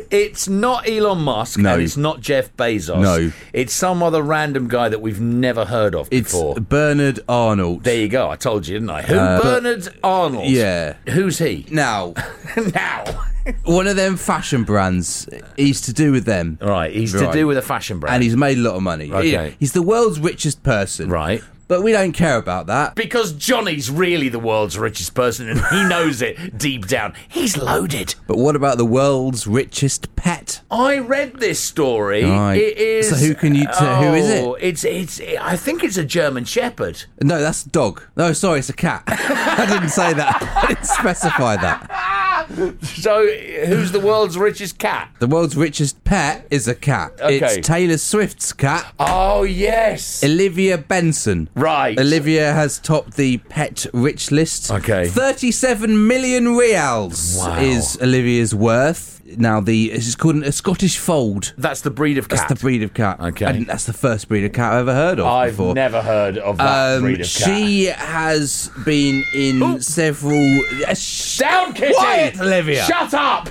S2: It's not Elon Musk
S3: No.
S2: and it's not Jeff Bezos.
S3: No.
S2: It's some other random guy that we've never heard of before.
S3: Bernard Arnold.
S2: There you go. I told you, didn't I? Who?
S3: Uh,
S2: Bernard Arnold.
S3: Yeah.
S2: Who's he?
S3: Now.
S2: now.
S3: One of them fashion brands. He's to do with them.
S2: Right. He's to do with a fashion brand.
S3: And he's made a lot of money.
S2: Okay.
S3: He- He's the world's richest person.
S2: Right.
S3: But we don't care about that.
S2: Because Johnny's really the world's richest person and he knows it deep down. He's loaded.
S3: But what about the world's richest pet?
S2: I read this story.
S3: Right.
S2: It is.
S3: So who can you t- who is it?
S2: Oh, It's it's. I think it's a German Shepherd.
S3: No, that's a dog. No, sorry, it's a cat. I didn't say that. I didn't specify that.
S2: So who's the world's richest cat?
S3: The world's richest pet is a cat.
S2: Okay.
S3: It's Taylor Swift's cat.
S2: Oh yes,
S3: Olivia Benson.
S2: Right.
S3: Olivia has topped the pet rich list. Okay. 37 million reals
S2: Wow.
S3: is Olivia's worth. Now the it's called a Scottish fold.
S2: That's the breed of cat.
S3: That's the breed of cat. Okay. And that's the first breed of cat I've ever heard of
S2: I've
S3: before. Um,
S2: never heard of that breed of cat.
S3: She has been in several uh, sh-
S2: Down, kitty!
S3: Quiet, Olivia.
S2: Shut up!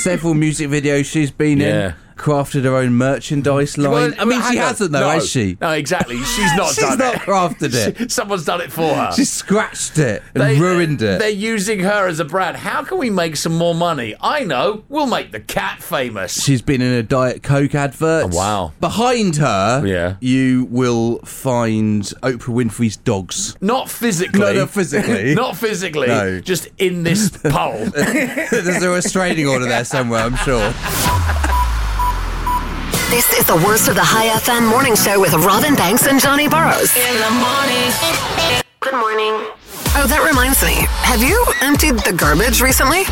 S3: several music videos she's been
S2: Yeah.
S3: in. Crafted her own merchandise line.
S2: Well,
S3: I mean, she
S2: hang on.
S3: hasn't though,
S2: no,
S3: has she?
S2: No, exactly. She's not
S3: She's
S2: done
S3: not
S2: it.
S3: crafted it.
S2: Someone's done it for her.
S3: She scratched it and ruined it.
S2: They're using her as a brand. How can we make some more money? I know. We'll make the cat famous.
S3: She's been in a Diet Coke advert.
S2: Oh,
S3: wow. Behind her, yeah. you will find Oprah Winfrey's dogs.
S2: Not physically.
S3: No, not physically.
S2: not physically.
S3: No.
S2: Just in this poll.
S3: There's a restraining order there somewhere, I'm sure.
S4: This is the worst of the High FM morning show with Robin Banks and Johnny Burrows.
S5: In the morning.
S4: Good morning. Oh, that reminds me. Have you emptied the garbage recently?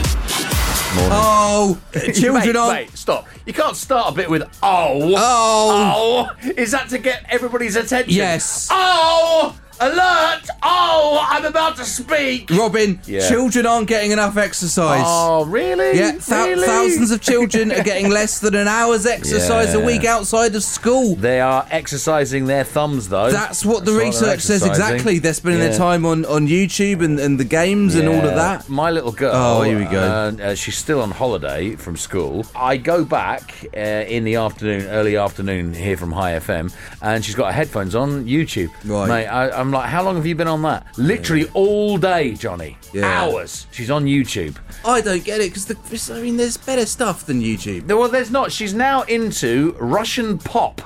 S3: Oh, children
S2: mate,
S3: are-
S2: Mate, stop. You can't start a bit with oh.
S3: Oh.
S2: Oh. Is that to get everybody's attention?
S3: Yes.
S2: Oh. Alert. Oh, I'm about to speak.
S3: Robin,
S2: Oh. Yeah.
S3: children aren't getting enough exercise.
S2: Oh, really?
S3: Yeah, thou-
S2: Really?
S3: thousands of children are getting less than an hour's exercise a
S2: Yeah.
S3: week outside of school.
S2: They are exercising their thumbs, though.
S3: That's what
S2: That's
S3: the
S2: they're
S3: research says
S2: exercising.
S3: exactly. They're spending
S2: Yeah.
S3: their time on, on YouTube and, and the games and all of
S2: Yeah.
S3: that.
S2: My little girl.
S3: Oh, here we go.
S2: Uh, uh, she's still on holiday from school. I go back uh, in the afternoon, early afternoon, here from High FM, and she's got her headphones on YouTube. Right. Mate, I, I'm like, how long have you been on that? Literally all day, Johnny.
S3: Yeah.
S2: Hours. She's on YouTube.
S3: I don't get it because I mean, there's better stuff than YouTube.
S2: Well, there's not. She's now into Russian pop.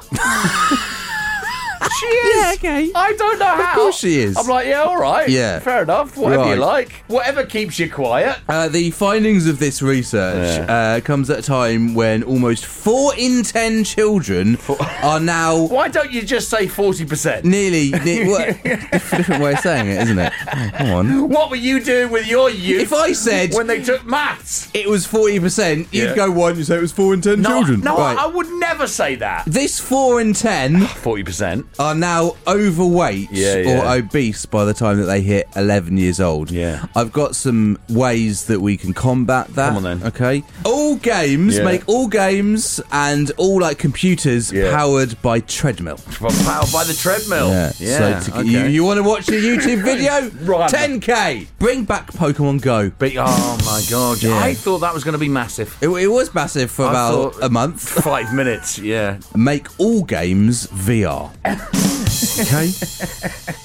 S2: she is.
S3: Yeah, okay.
S2: I don't know how.
S3: Of course she is.
S2: I'm like, yeah, all right.
S3: Yeah.
S2: Fair enough. Whatever you
S3: Right.
S2: like. Whatever keeps you quiet.
S3: Uh, the findings of this research uh, comes at a time when almost four in ten children are now
S2: Why don't you just say 40%?
S3: nearly. Ne- what? Different way of saying it, isn't it? Oh, come on.
S2: What were you doing with your youth?
S3: If I said-
S2: When they took maths.
S3: It was forty percent. You'd
S2: Yeah.
S3: go one. You say it was four in ten
S2: No,
S3: children.
S2: no
S3: Right.
S2: I, I would never say that.
S3: this four in ten,
S2: forty percent,
S3: are now overweight
S2: Yeah,
S3: or
S2: yeah.
S3: obese by the time that they hit eleven years old. Yeah, I've got some ways that we can combat that. Come on then. Okay, all games
S2: Yeah.
S3: make all games and all like computers powered by treadmill.
S2: Powered by the treadmill.
S3: Yeah. So to, you, you want to watch a YouTube video?
S2: Run.
S3: 10k. Bring back Pokemon Go.
S2: But oh my god,
S3: Yeah.
S2: I thought that was going to be massive.
S3: It, it was massive for
S2: I
S3: about
S2: thought-
S3: a month.
S2: Five minutes, yeah.
S3: Make all games VR. okay.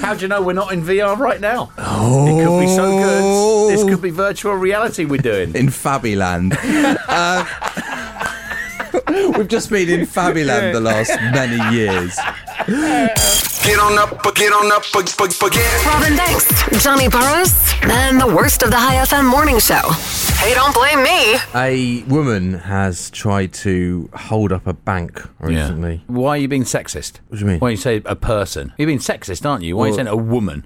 S2: How do you know we're not in VR right now? It could be so good. This could be virtual reality we're doing.
S3: in Fabiland. uh, we've just been in Fabiland the last many years.
S1: Get on up, get on up, forget.
S4: Robin Banks, Johnny Burrows, and the worst of the High FM morning show. Hey, don't blame me.
S3: A woman has tried to hold up a bank recently.
S2: Why are you being sexist? What
S3: do you mean?
S2: Why you say a person? You're being sexist, aren't you? Why are you
S3: Well-
S2: saying a woman?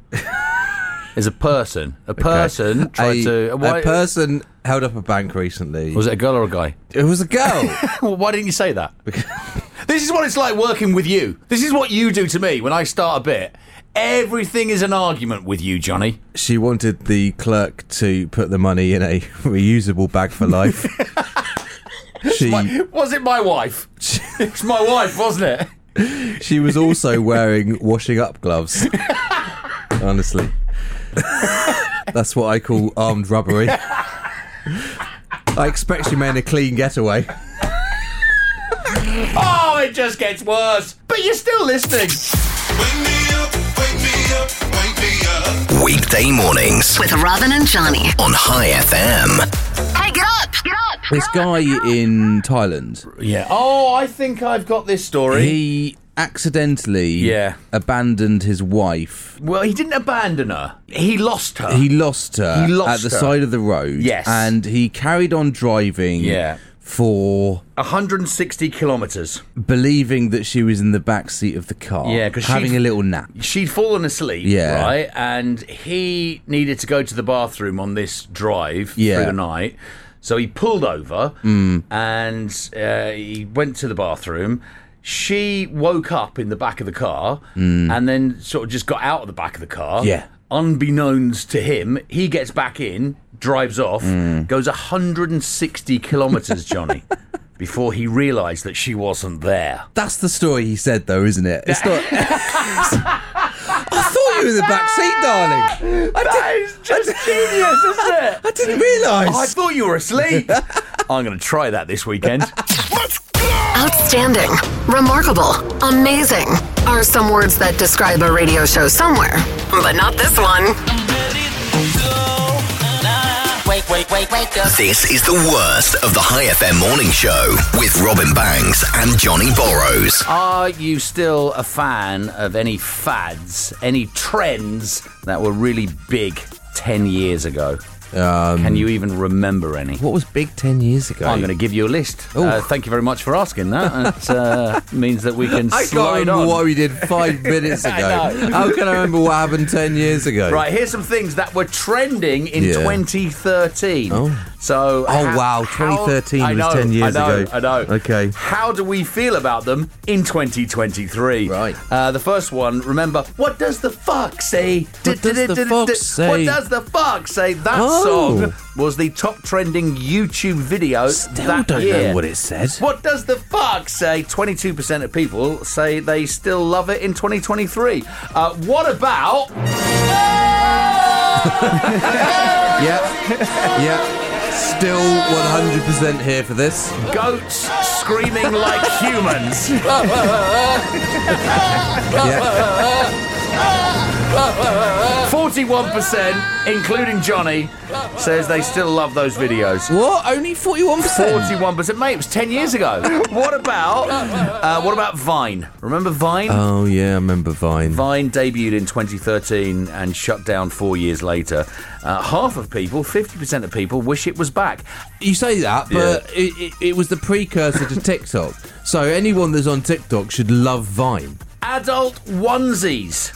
S2: Is a person. A person tried
S3: a,
S2: to.
S3: a
S2: Why,
S3: person held up a bank recently.
S2: was it a girl or a guy?
S3: It was a girl.
S2: well, why didn't you say that? this is what it's like working with you. This is what you do to me when I start a bit. Everything is an argument with you, Johnny.
S3: she wanted the clerk to put the money in a reusable bag for life. she
S2: Was it my wife? it's my wife, wasn't it?
S3: she was also wearing washing up gloves. Honestly, that's what I call armed robbery. I expect she made a clean getaway.
S2: Oh, it just gets worse. But you're still listening.
S1: Weekday mornings
S4: With Robin and Johnny.
S1: on High FM.
S4: Hey, get up! Get up!
S3: This guy in Thailand.
S2: Yeah. Oh, I think I've got this story.
S3: He accidentally
S2: Yeah.
S3: abandoned his wife.
S2: well, he didn't abandon her. He lost her.
S3: He lost her
S2: He lost
S3: at the
S2: her.
S3: side of the road.
S2: Yes.
S3: And he carried on driving
S2: Yeah.
S3: for
S2: 160 kilometres.
S3: believing that she was in the back seat of the car.
S2: Yeah, 'cause she-
S3: having a little nap.
S2: She'd fallen asleep,
S3: Yeah.
S2: right? And he needed to go to the bathroom on this drive
S3: Yeah. Mm.
S2: through the night. So he pulled over and uh, he went to the bathroom. She woke up in the back of the car and then sort of just got out of the back of the car.
S3: Mm. Yeah.
S2: Unbeknownst to him, he gets back in, drives off,
S3: Mm.
S2: goes 160 kilometres, Johnny, before he realised that she wasn't there.
S3: That's the story he said, though, isn't it? It's not. I thought you were in the back seat, darling. I,
S2: That is just genius, isn't it?
S3: I didn't realise.
S2: Oh, I thought you were asleep. I'm going to try that this weekend.
S4: Outstanding, remarkable, amazing are some words that describe a radio show somewhere, but not this one.
S14: Wake, wake, wake, wake up.
S1: This is the worst of the High FM morning show with Robin Banks and Johnny Borrows.
S2: Are you still a fan of any fads, any trends that were really big 10 years ago? Can you even remember any?
S3: What was big ten years ago?
S2: I'm going to give you a list. Uh, thank you very much for asking that. It uh, means that we can
S3: I can't
S2: slide
S3: remember
S2: on.
S3: what we did five minutes ago.
S2: I know.
S3: How can I remember what happened ten years ago?
S2: Right, here's some things that were trending in
S3: Yeah.
S2: 2013.
S3: Oh.
S2: So,
S3: Oh, wow, 2013
S2: I
S3: was
S2: know,
S3: 10 years
S2: I know,
S3: ago.
S2: I know.
S3: Okay.
S2: How do we feel about them in 2023?
S3: Right.
S2: Uh, the first one, remember, what does the fuck say?
S3: What does the fuck say?
S2: What does the fuck say? That
S3: Oh.
S2: song was the top trending YouTube video
S3: Still
S2: that
S3: don't know
S2: year.
S3: what it said.
S2: What does the fuck say? 22% of people say they still love it in 2023. Uh, what about.
S3: Yep. Yep. Still 100% here for this.
S2: goats screaming like humans.
S3: Yeah.
S2: 41%, including Johnny, says they still love those videos.
S3: What? Only 41%?
S2: 41%. Mate, it was 10 years ago. what about uh, what about Vine? Remember Vine?
S3: Oh yeah, I remember Vine.
S2: Vine debuted in 2013 and shut down four years later. Uh, half of people, 50% of people, wish it was back.
S3: You say that, but it, it, it was the precursor to TikTok. so anyone that's on TikTok should love Vine.
S2: Adult onesies.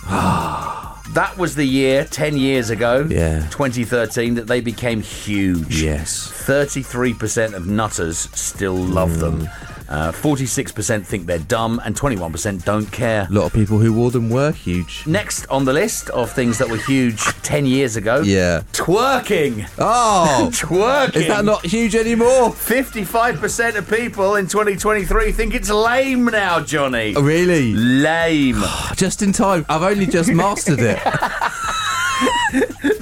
S2: that was the year 10 years ago,
S3: Yeah.
S2: 2013, that they became huge.
S3: Yes.
S2: 33% of nutters still love them.
S3: Hmm.
S2: Uh, 46% think they're dumb, and 21% don't care.
S3: A lot of people who wore them were huge.
S2: Next on the list of things that were huge 10 years ago.
S3: Yeah.
S2: Twerking.
S3: Oh.
S2: twerking.
S3: Is that not huge anymore?
S2: 55% of people in 2023 think it's lame now, Johnny.
S3: Oh, Really?
S2: Lame.
S3: just in time. I've only just mastered it.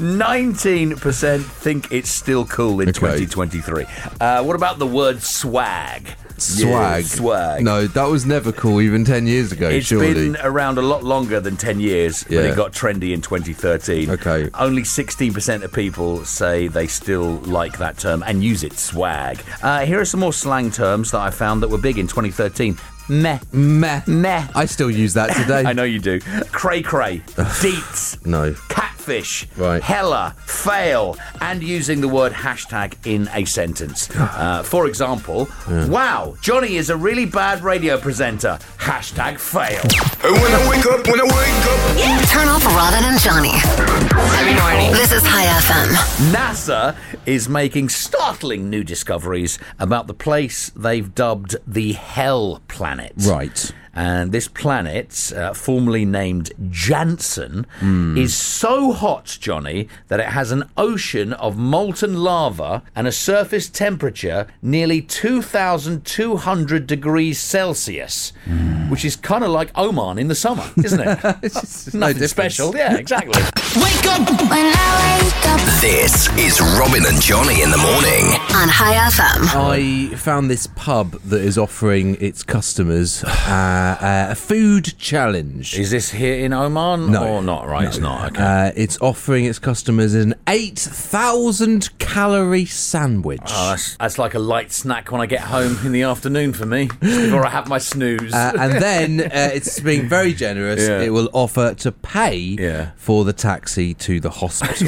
S2: 19% think it's still cool in 2023. Uh, what about the word swag?
S3: Swag.
S2: Yeah, swag.
S3: No, that was never cool even 10 years ago,
S2: It's
S3: surely.
S2: been around a lot longer than 10 years, but
S3: Yeah.
S2: it got trendy in 2013.
S3: Okay.
S2: Only 16% of people say they still like that term and use it, swag. Uh, here are some more slang terms that I found that were big in 2013. Meh.
S3: Meh.
S2: Meh.
S3: I still use that today.
S2: I know you do. Cray cray, deets,
S3: No.
S2: catfish,
S3: Right.
S2: hella, fail, and using the word hashtag in a sentence. Uh, for example, wow, Johnny is a really bad radio presenter. Hashtag fail.
S1: When I wake up, when I wake up.
S4: Turn off Robin and Johnny. Every morning. This is High FM.
S2: NASA is making startling new discoveries about the place they've dubbed the Hell Planet.
S3: Right.
S2: And this planet, uh, formerly named Janssen,
S3: Hmm.
S2: is so hot, Johnny, that it has an ocean of molten lava and a surface temperature nearly 2,200 degrees Celsius,
S3: Hmm.
S2: which is kind of like Oman in the summer, isn't it?
S3: Nothing
S2: special. Yeah, exactly.
S4: Wake up! When I wake up.
S1: This is Robin and Johnny in the morning.
S4: On High FM.
S3: I found this pub that is offering its customers uh, uh, a food challenge.
S2: Is this here in Oman
S3: No.
S2: or not? Right, it's not. Okay.
S3: Uh, it's offering its customers an 8,000 calorie sandwich.
S2: Oh, that's, that's like a light snack when I get home in the afternoon for me, just before I have my snooze.
S3: Uh, and then uh, it's being very generous.
S2: Yeah.
S3: It will offer to pay
S2: Yeah.
S3: for the taxi to the hospital.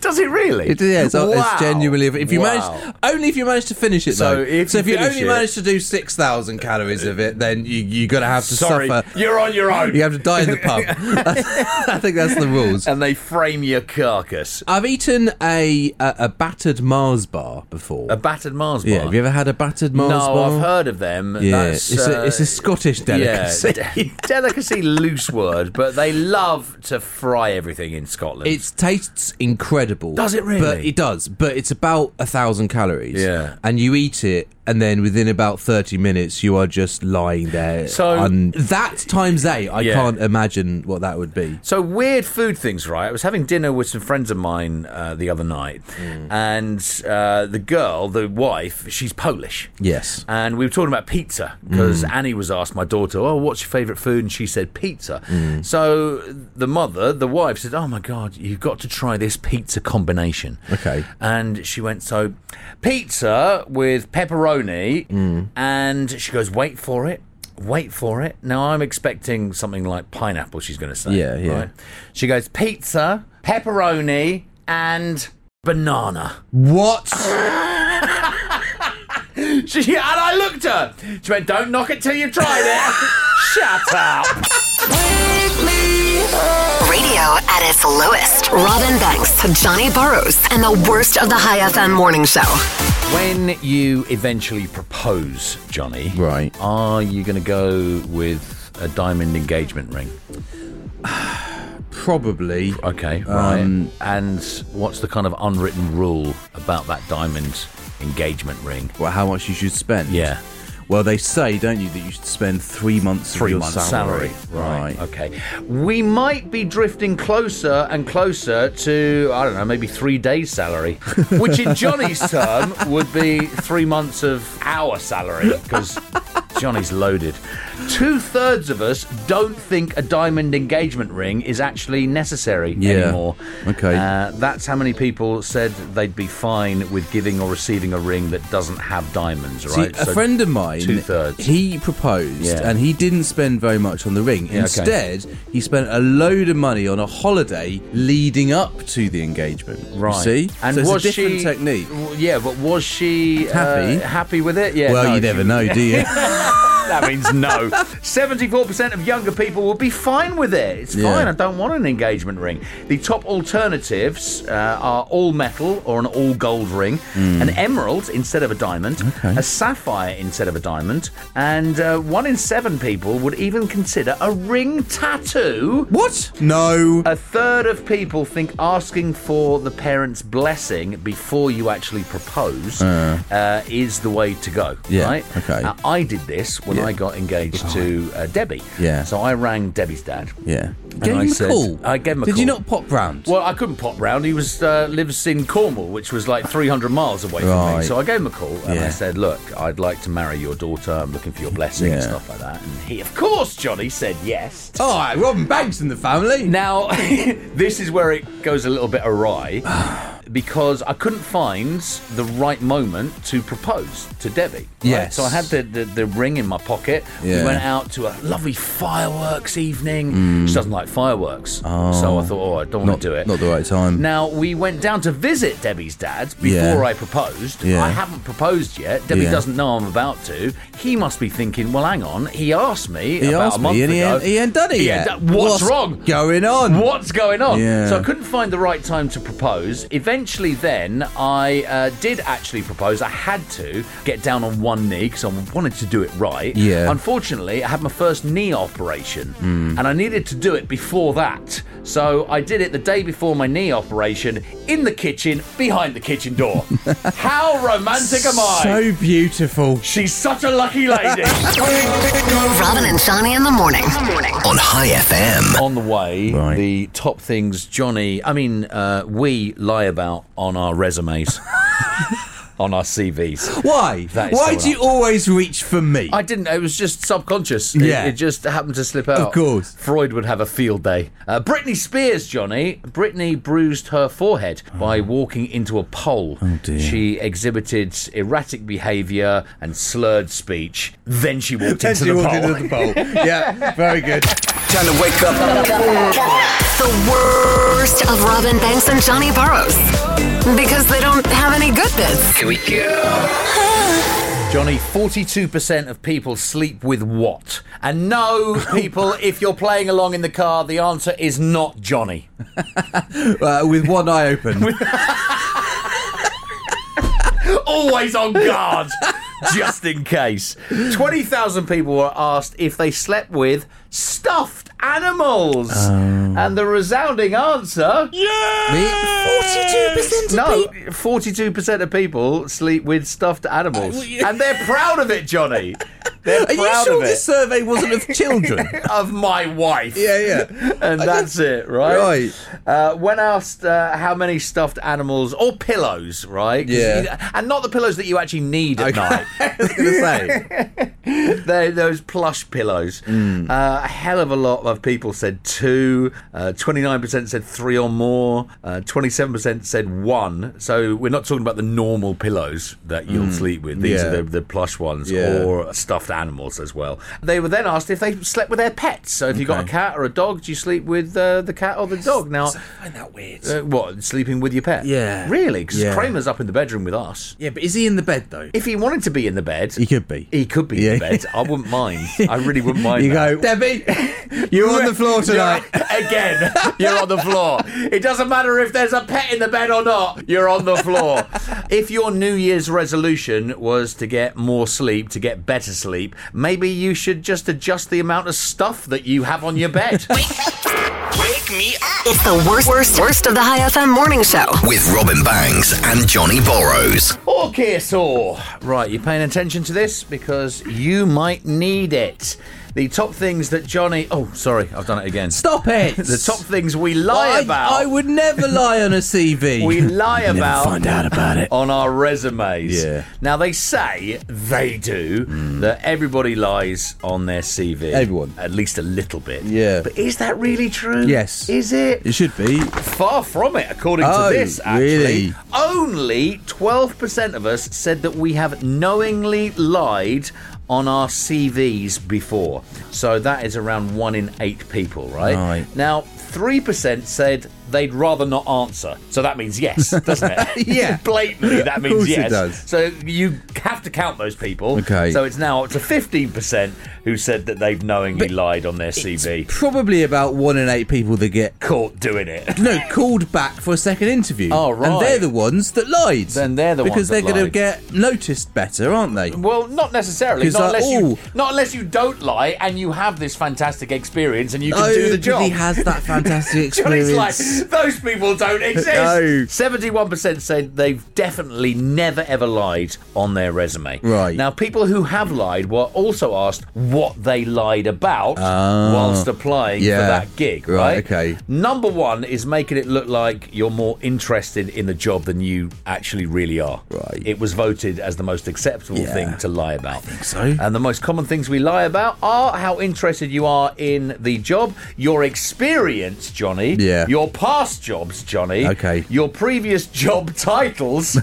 S2: Does it really?
S3: It, yeah, it's,
S2: Wow.
S3: it's genuinely. If you
S2: Wow.
S3: manage, only if you manage to finish it.
S2: So
S3: though.
S2: if
S3: so
S2: you
S3: if you
S2: finish
S3: only
S2: it-
S3: manage to do six thousand calories of it, then you you gotta have to
S2: Sorry,
S3: suffer.
S2: you're on your own.
S3: You have to die in the pub. I think that's the rules.
S2: And they frame your carcass.
S3: I've eaten a a, a battered Mars bar before.
S2: A battered Mars bar.
S3: yeah, have you ever had a battered Mars
S2: no,
S3: bar?
S2: I've heard of them.
S3: Yeah,
S2: That's,
S3: it's, a,
S2: uh,
S3: it's a Scottish delicacy.
S2: Yeah, de- delicacy, loose word, but they love to fry everything in Scotland.
S3: It tastes incredible.
S2: Does it really?
S3: But it does. But it's about a thousand calories.
S2: Yeah.
S3: And you eat it, and then within about thirty minutes, you are just lying there.
S2: So-
S3: un- that times eight, I
S2: Yeah.
S3: can't imagine what that would be.
S2: So weird food things, right? I was having dinner with some friends of mine uh, the other night,
S3: Mm.
S2: and uh, the girl, the wife, she's Polish.
S3: Yes. Mm.
S2: And we were talking about pizza because Annie was asked my daughter, "Oh, what's your favourite food?" and she said pizza.
S3: Mm.
S2: So the mother, the wife, said, "Oh my god, you've got to try this pizza combination."
S3: Okay.
S2: And she went, "So pizza with pepperoni,"
S3: Mm.
S2: and she goes, "Wait for it." Wait for it. Now I'm expecting something like pineapple. She's going to say,
S3: Yeah, yeah.
S2: right? She goes pizza, pepperoni, and banana.
S3: What?
S2: She, and I looked at her. She went, Don't knock it till you've tried it. Shut up.
S4: Radio at its lowest. Robin Banks, Johnny Burrows, and the worst of the High FM morning show.
S2: When you eventually propose, Johnny,
S3: Right.
S2: are you going to go with a diamond engagement ring?
S3: Probably.
S2: Okay, right. and what's the kind of unwritten rule about that diamond engagement ring?
S3: Well, how much you should spend?
S2: Yeah.
S3: Well, they say, don't you, that you should spend three months
S2: Three
S3: of your
S2: months'
S3: salary.
S2: salary. Right. Okay. We might be drifting closer and closer to, I don't know, maybe three days' salary, which in Johnny's term would be three months of our salary because Johnny's loaded. Two thirds of us don't think a diamond engagement ring is actually necessary
S3: Yeah.
S2: anymore.
S3: Okay.
S2: Uh, that's how many people said they'd be fine with giving or receiving a ring that doesn't have diamonds,
S3: See,
S2: right?
S3: a friend of mine,
S2: Two thirds.
S3: he proposed
S2: Yeah.
S3: and he didn't spend very much on the ring.
S2: Yeah, okay.
S3: Instead, he spent a load of money on a holiday leading up to the engagement.
S2: Right.
S3: You see?
S2: And
S3: so it's
S2: was
S3: a different
S2: she-
S3: technique.
S2: W- Yeah, but was she uh,
S3: Happy?
S2: happy with it? Yeah.
S3: Well,
S2: no,
S3: you
S2: she-
S3: never know, do you?
S2: that means no. Seventy-four percent of younger people will be fine with it. It's
S3: Yeah.
S2: fine. I don't want an engagement ring. The top alternatives uh, are all metal or an all gold ring,
S3: Mm.
S2: an emerald instead of a diamond, a sapphire instead of a diamond, and uh, one in seven people would even consider a ring tattoo.
S3: What? No.
S2: A third of people think asking for the parents' blessing before you actually propose
S3: Uh.
S2: uh, is the way to go.
S3: Yeah,
S2: Right?
S3: okay.
S2: Uh, I did this when
S3: Yeah.
S2: I got engaged to uh, Debbie.
S3: Yeah.
S2: So I rang Debbie's dad.
S3: Yeah.
S2: And
S3: Gave
S2: I
S3: him a
S2: said-
S3: call.
S2: I gave him a
S3: Did
S2: call.
S3: you not pop round?
S2: Well, I couldn't pop round. He was uh, lives in Cornwall, which was like 300 miles away from me.
S3: Right.
S2: So I gave him a call and I
S3: Yeah.
S2: said, "Look, I'd like to marry your daughter. I'm looking for your blessing and
S3: Yeah. Oh,
S2: stuff like that." And he, of course, Johnny said yes.
S3: All right, Robin Banks in the family.
S2: Now, this is where it goes a little bit awry because I couldn't find the right moment to propose to Debbie. right?
S3: Yes.
S2: So I had the, the, the ring in my pocket. We
S3: Yeah.
S2: went out to a lovely fireworks evening.
S3: Mm.
S2: She doesn't like fireworks.
S3: Oh.
S2: so I thought, oh, I don't want
S3: Not-
S2: to do it.
S3: Not the right time.
S2: Now we went down to visit Debbie's dad before
S3: Yeah.
S2: I proposed.
S3: Yeah.
S2: I haven't proposed yet. Debbie
S3: Yeah.
S2: doesn't know I'm about to. He must be thinking, well, hang on. He asked me
S3: He
S2: about
S3: asked
S2: a month
S3: me and he
S2: ago.
S3: ain't- he ain't done it
S2: He ain't
S3: yet.
S2: done- What's,
S3: What's
S2: wrong?
S3: going on?
S2: What's going on?
S3: Yeah.
S2: So I couldn't find the right time to propose. Eventually, then I uh, did actually propose. I had to get down on one knee because I wanted to do it right.
S3: Yeah.
S2: Unfortunately, I had my first knee operation
S3: Mm.
S2: and I needed to do it before that. So I did it the day before my knee operation in the kitchen, behind the kitchen door. How romantic am I?
S3: So beautiful.
S2: She's such a lucky lady.
S4: Robin and Johnny in the morning.
S2: on High FM. On the way, the top things Johnny, I mean, uh, we lie about on our resumes, on our CVs.
S3: Why?
S2: That is
S3: Why
S2: coming
S3: do you
S2: up.
S3: always reach for me?
S2: I didn't. It was just subconscious. It-
S3: Yeah.
S2: It, just happened to slip out.
S3: Of course.
S2: Freud would have a field day. Uh, Britney Spears, Johnny. Britney bruised her forehead
S3: Oh.
S2: by walking into a pole. Oh, dear. She exhibited erratic behaviour and slurred speech. Then she walked,
S3: Then
S2: into,
S3: she
S2: the
S3: walked
S2: pole.
S3: into the pole. Yeah, very good.
S1: Time to wake
S4: The worst of Robin Banks and Johnny Burrows. Because they don't have any good bits.
S2: Here we go. Johnny, 42% of people sleep with what? And no, people, if you're playing along in the car, the answer is not Johnny.
S3: Uh, with one eye open.
S2: Always
S3: Oh,
S2: on guard, just in case. 20,000 people were asked if they slept with stuffed animals.
S3: Oh.
S2: And the resounding answer. Yes! 42% No, 42% of people sleep with stuffed animals. and they're proud of it, Johnny. They're
S3: Oh, Are you
S2: proud
S3: sure
S2: of it.
S3: this survey wasn't of children?
S2: of my wife.
S3: Yeah, yeah.
S2: and that's it, right?
S3: Right.
S2: Uh, when asked uh, how many stuffed animals or pillows, right? 'Cause
S3: Yeah.
S2: you- and not the pillows that you actually need at night. They're those plush pillows.
S3: Mm.
S2: Uh, a hell of a lot of people said two. Uh, 29% said three or more. Uh, 27% said one. So we're not talking about the normal pillows that you'll
S3: Mm.
S2: sleep with. These
S3: Yeah.
S2: are the, the plush ones
S3: Yeah.
S2: or stuffed animals as well. They were then asked if they slept with their pets. So if you've got a cat or a dog, do you sleep with uh, the cat or the dog? Now,
S3: find that weird.
S2: uh, what, sleeping with your pet?
S3: Yeah.
S2: Really? Because
S3: Yeah.
S2: Kramer's up in the bedroom with us.
S3: Yeah, but is he in the bed though?
S2: If he wanted to be in the bed,
S3: he could be.
S2: He could be in the bed. I wouldn't mind. I really wouldn't mind.
S3: You
S2: that.
S3: go, Debbie. You're on the floor tonight.
S2: Again, you're on the floor. It doesn't matter if there's a pet in the bed or not, you're on the floor. if your New Year's resolution was to get more sleep, to get better sleep, maybe you should just adjust the amount of stuff that you have on your bed.
S4: Wake me up. It's the worst, worst, worst of the High FM morning show.
S1: With Robin Banks and Johnny Borrows.
S2: Okay, so right, you paying attention to this because you might need it. The top things that Johnny. Oh, sorry, I've done it again.
S3: Stop it!
S2: the top things we lie
S3: I,
S2: about.
S3: I would never lie on a CV.
S2: we lie about
S3: about it.
S2: on our resumes. Yeah. Now they say they do
S3: Hmm.
S2: that everybody lies on their CV. Everyone, at least a little bit.
S3: Yeah.
S2: But is that really true?
S3: Yes.
S2: Is it?
S3: It should be.
S2: Far from it, according
S3: Oh,
S2: to this. Actually,
S3: really?
S2: only twelve percent of us said that we have knowingly lied on our CVs before. So that is around one in eight people, right?
S3: Right.
S2: Now, three percent said they'd rather not answer. So that means yes, doesn't it?
S3: Yeah.
S2: blatantly that
S3: Of
S2: means
S3: course it
S2: yes.
S3: does.
S2: So you have to count those people.
S3: Okay.
S2: So it's now up to fifteen percent who said that they've knowingly lied on their CV.
S3: Probably about one in eight people that get
S2: caught doing it.
S3: No, called back for a second interview.
S2: Oh, right.
S3: And they're the ones that lied.
S2: Then they're the
S3: because
S2: ones
S3: they're
S2: that
S3: going to
S2: lied.
S3: get noticed better, aren't they?
S2: Well, not necessarily.
S3: 'Cause
S2: Not
S3: like,
S2: unless,
S3: ooh.
S2: you, not unless you don't lie and you have this fantastic experience and you can do the job.
S3: He has that fantastic
S2: Johnny's
S3: experience.
S2: like, those people don't exist. Seventy-one percent said they've definitely never ever lied on their resume.
S3: Right.
S2: now, people who have lied were also asked what they lied about
S3: Ah.
S2: whilst applying
S3: Yeah.
S2: for that gig.
S3: Right,
S2: Right.
S3: okay.
S2: Number one is making it look like you're more interested in the job than you actually really are. Right. It was voted as the most acceptable
S3: Yeah.
S2: thing to lie about. I think so. And the most common things we lie about are how interested you are in the job, your experience, Johnny.
S3: Yeah.
S2: Your past jobs, Johnny.
S3: Okay.
S2: Your previous job titles.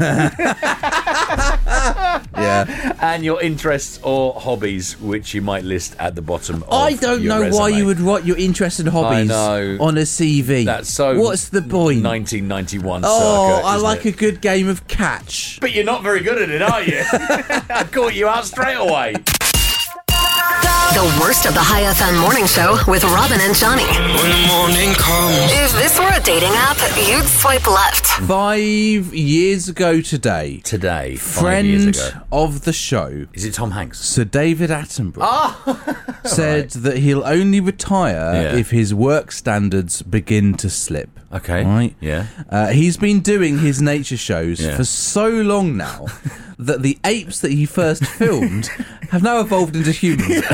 S2: yeah. And your interests or hobbies, which you might list at the bottom. Of
S3: I don't
S2: your
S3: know why
S2: resume.
S3: you would write your interests and hobbies
S2: know.
S3: on a CV.
S2: That's so.
S3: What's the point?
S2: 1991
S3: Oh,
S2: circa,
S3: I
S2: isn't
S3: like
S2: it?
S3: a good game of catch.
S2: But you're not very good at it, are you? I caught you out straight away.
S4: The worst of the High FM morning show with Robin and Johnny.
S16: When the morning comes.
S4: If this were a dating app, you'd swipe left.
S3: Five years ago today.
S2: Today,
S3: friend
S2: years ago.
S3: of the show.
S2: Is it Tom Hanks?
S3: Sir David Attenborough
S2: Ah!
S3: said that he'll only retire
S2: Yeah.
S3: if his work standards begin to slip.
S2: Okay.
S3: Right?
S2: Yeah.
S3: Uh, he's been doing his nature shows
S2: Yeah.
S3: for so long now that the apes that he first filmed have now evolved into humans.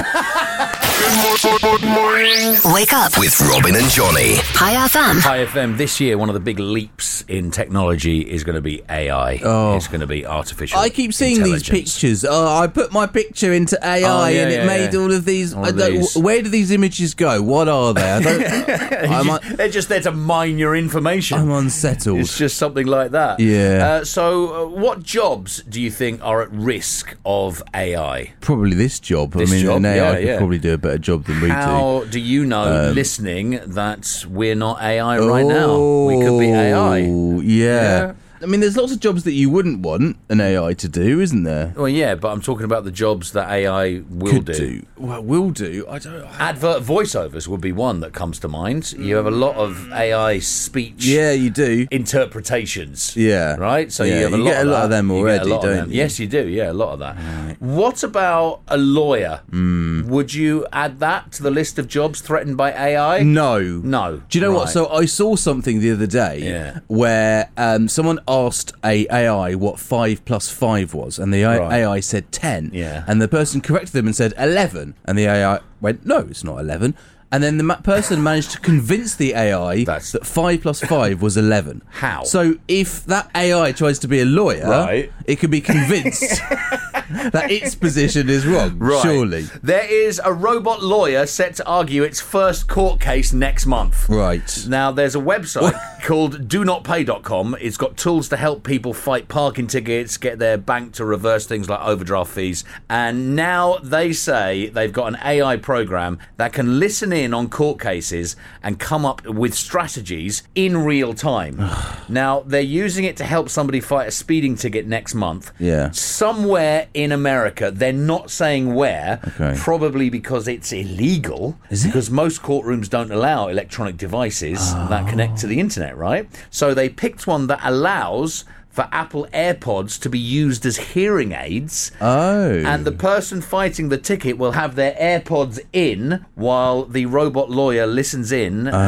S4: Wake up.
S1: With Robin and Johnny.
S4: High FM.
S2: Hi FM. This year, one of the big leaps in technology is going to be AI.
S3: Oh.
S2: It's going to be artificial.
S3: I keep seeing these
S2: intelligence.
S3: pictures. Oh, I put my picture into AI
S2: Oh, yeah,
S3: and it
S2: yeah,
S3: made
S2: yeah.
S3: all of these.
S2: All
S3: I
S2: of
S3: don't,
S2: these.
S3: Where do these images go? What are they? I don't, I'm, un-
S2: They're just there to mine your information.
S3: I'm unsettled.
S2: It's just something like that.
S3: Yeah.
S2: Uh, so, uh, what jobs do you think are at risk of AI?
S3: Probably this job.
S2: This
S3: I mean,
S2: job?
S3: an AI
S2: Yeah,
S3: could
S2: yeah.
S3: probably do a better job than we
S2: How do you know,
S3: Um,
S2: listening, that we're not AI
S3: do.
S2: right now? We could be AI.
S3: Oh,
S2: Yeah.
S3: Yeah. I mean, there's lots of jobs that you wouldn't want an AI to do, isn't there?
S2: Well, yeah, but I'm talking about the jobs that AI will
S3: Could
S2: do.
S3: do. Well, will do. I don't.
S2: Advert voiceovers would be one that comes to mind. You have a lot of AI speech.
S3: Yeah, you do.
S2: Interpretations.
S3: Yeah.
S2: Right? So
S3: Yeah,
S2: you have a
S3: you
S2: lot
S3: get
S2: of
S3: a lot
S2: that.
S3: of them
S2: You get
S3: already,
S2: a lot of
S3: don't
S2: them.
S3: you?
S2: Yes, you do. Yeah, a lot of that. What about a lawyer?
S3: Hmm.
S2: Would you add that to the list of jobs threatened by AI?
S3: No.
S2: No.
S3: Do you know what?
S2: Right.
S3: So I saw something the other day
S2: Yeah.
S3: where um, someone asked a AI what five plus five was, and the AI,
S2: Right.
S3: AI said ten.
S2: Yeah.
S3: And the person corrected them and said eleven, and the AI went, "No, it's not 11. And then the ma- person managed to convince the AI that five plus five was eleven.
S2: How?
S3: So if that AI tries to be a lawyer,
S2: Right.
S3: it can be convinced that its position is wrong.
S2: Right.
S3: Surely.
S2: There is a robot lawyer set to argue its first court case next month.
S3: Right.
S2: Now, there's a website called do not pay.com. It's got tools to help people fight parking tickets, get their bank to reverse things like overdraft fees. And now they say they've got an AI program that can listen in on court cases and come up with strategies in real time. now, they're using it to help somebody fight a speeding ticket next month.
S3: Yeah.
S2: Somewhere in America, they're not saying where,
S3: Okay.
S2: probably because it's illegal. because most courtrooms don't allow electronic devices that connect to the internet, right? So they picked one that allows for Apple AirPods to be used as hearing aids.
S3: Oh.
S2: And the person fighting the ticket will have their AirPods in while the robot lawyer listens in
S3: Ah.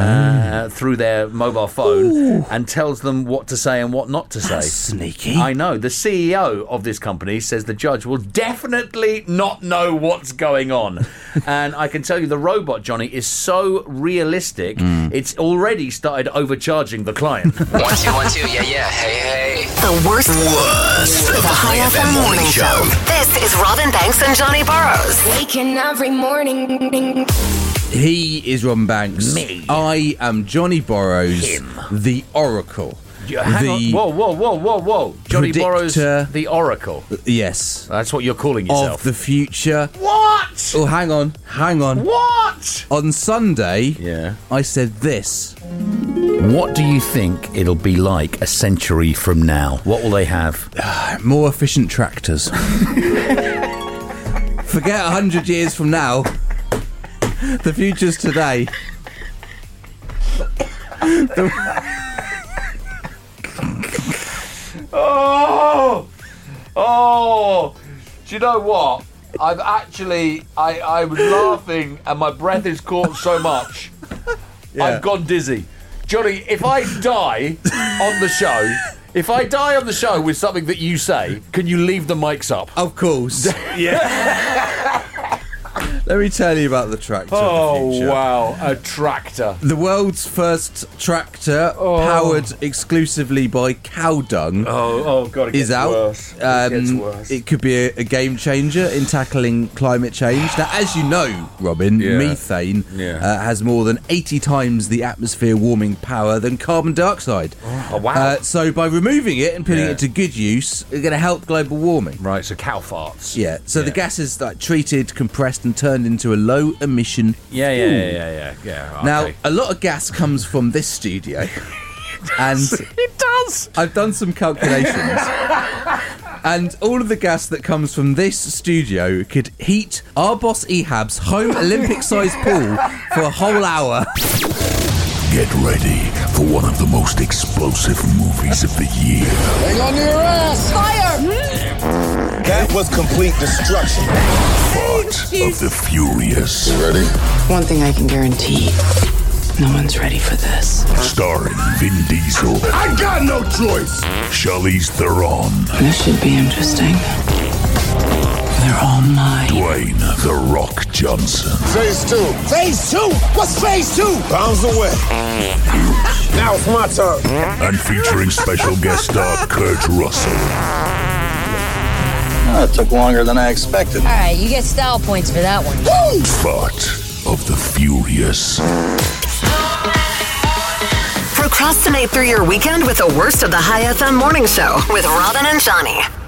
S2: uh, through their mobile phone and tells them what to say and what not to say.
S3: sneaky.
S2: I know. The CEO of this company says the judge will definitely not know what's going on. and I can tell you the robot, Johnny, is so realistic,
S3: Mm.
S2: it's already started overcharging the client.
S16: One, two, one, two, yeah, yeah, hey, hey.
S4: The worst, worst
S1: of the High FM morning show.
S4: This is Robin Banks and Johnny Burrows.
S5: Waking every morning.
S3: He is Ron Banks.
S2: Me.
S3: I am Johnny Borrows.
S2: Him.
S3: The Oracle.
S2: Yeah, Hang
S3: the
S2: on. Whoa, whoa, whoa, whoa, whoa. Johnny
S3: predictor-
S2: Borrows, the Oracle.
S3: Yes.
S2: That's what you're calling
S3: Of
S2: yourself.
S3: the future.
S2: What?
S3: Oh, hang on, hang on.
S2: What?
S3: On Sunday,
S2: yeah,
S3: I said this.
S2: What do you think it'll be like a century from now? What will they have?
S3: More efficient tractors. Forget a hundred years from now. The future's today.
S2: Oh, oh! Do you know what? I've actually, I, I was laughing and my breath is caught so much, I've gone dizzy. Johnny, if I die on the show, if I die on the show with something that you say, can you leave the mics up?
S3: Of course.
S2: yeah.
S3: Let me tell you about the tractor. of the
S2: Oh
S3: future.
S2: wow, a tractor.
S3: The world's first tractor, powered exclusively by cow dung,
S2: Oh, oh god, it
S3: is
S2: gets
S3: out.
S2: Worse.
S3: Um,
S2: it gets worse.
S3: it could be a, a game changer in tackling climate change. Now, as you know, Robin,
S2: Yeah.
S3: methane
S2: Yeah.
S3: uh, has more than 80 times the atmosphere warming power than carbon dioxide.
S2: Oh, wow.
S3: Uh, so, by removing it and putting
S2: Yeah.
S3: it to good use, it's going to help global warming.
S2: right, so cow farts.
S3: Yeah, so the gas is like treated, compressed, and turned into a low emission.
S2: Yeah, yeah,
S3: fuel.
S2: yeah, yeah, yeah. yeah.
S3: Now,
S2: okay.
S3: a lot of gas comes from this studio. and
S2: it does.
S3: I've done some calculations. and all of the gas that comes from this studio could heat our boss Ehab's home Olympic sized pool for a whole hour.
S17: Get ready for one of the most explosive movies of the year.
S14: Hang on to your ass! Fire!
S17: That was complete destruction. Fart of the Furious. ready?
S14: One thing I can guarantee no one's ready for this.
S17: Starring Vin Diesel. I got no choice. Charlize Theron.
S14: This should be interesting. They're all mine.
S17: Dwayne The Rock Johnson.
S18: Phase two. Phase two? What's phase two? Bounds away. now it's my turn.
S17: And featuring special guest star Kurt Russell.
S19: That took longer than I expected.
S20: All right, you get style points for that one.
S17: Fart of the Furious.
S4: Procrastinate through your weekend with the worst of the High FM morning show with Robin and Johnny.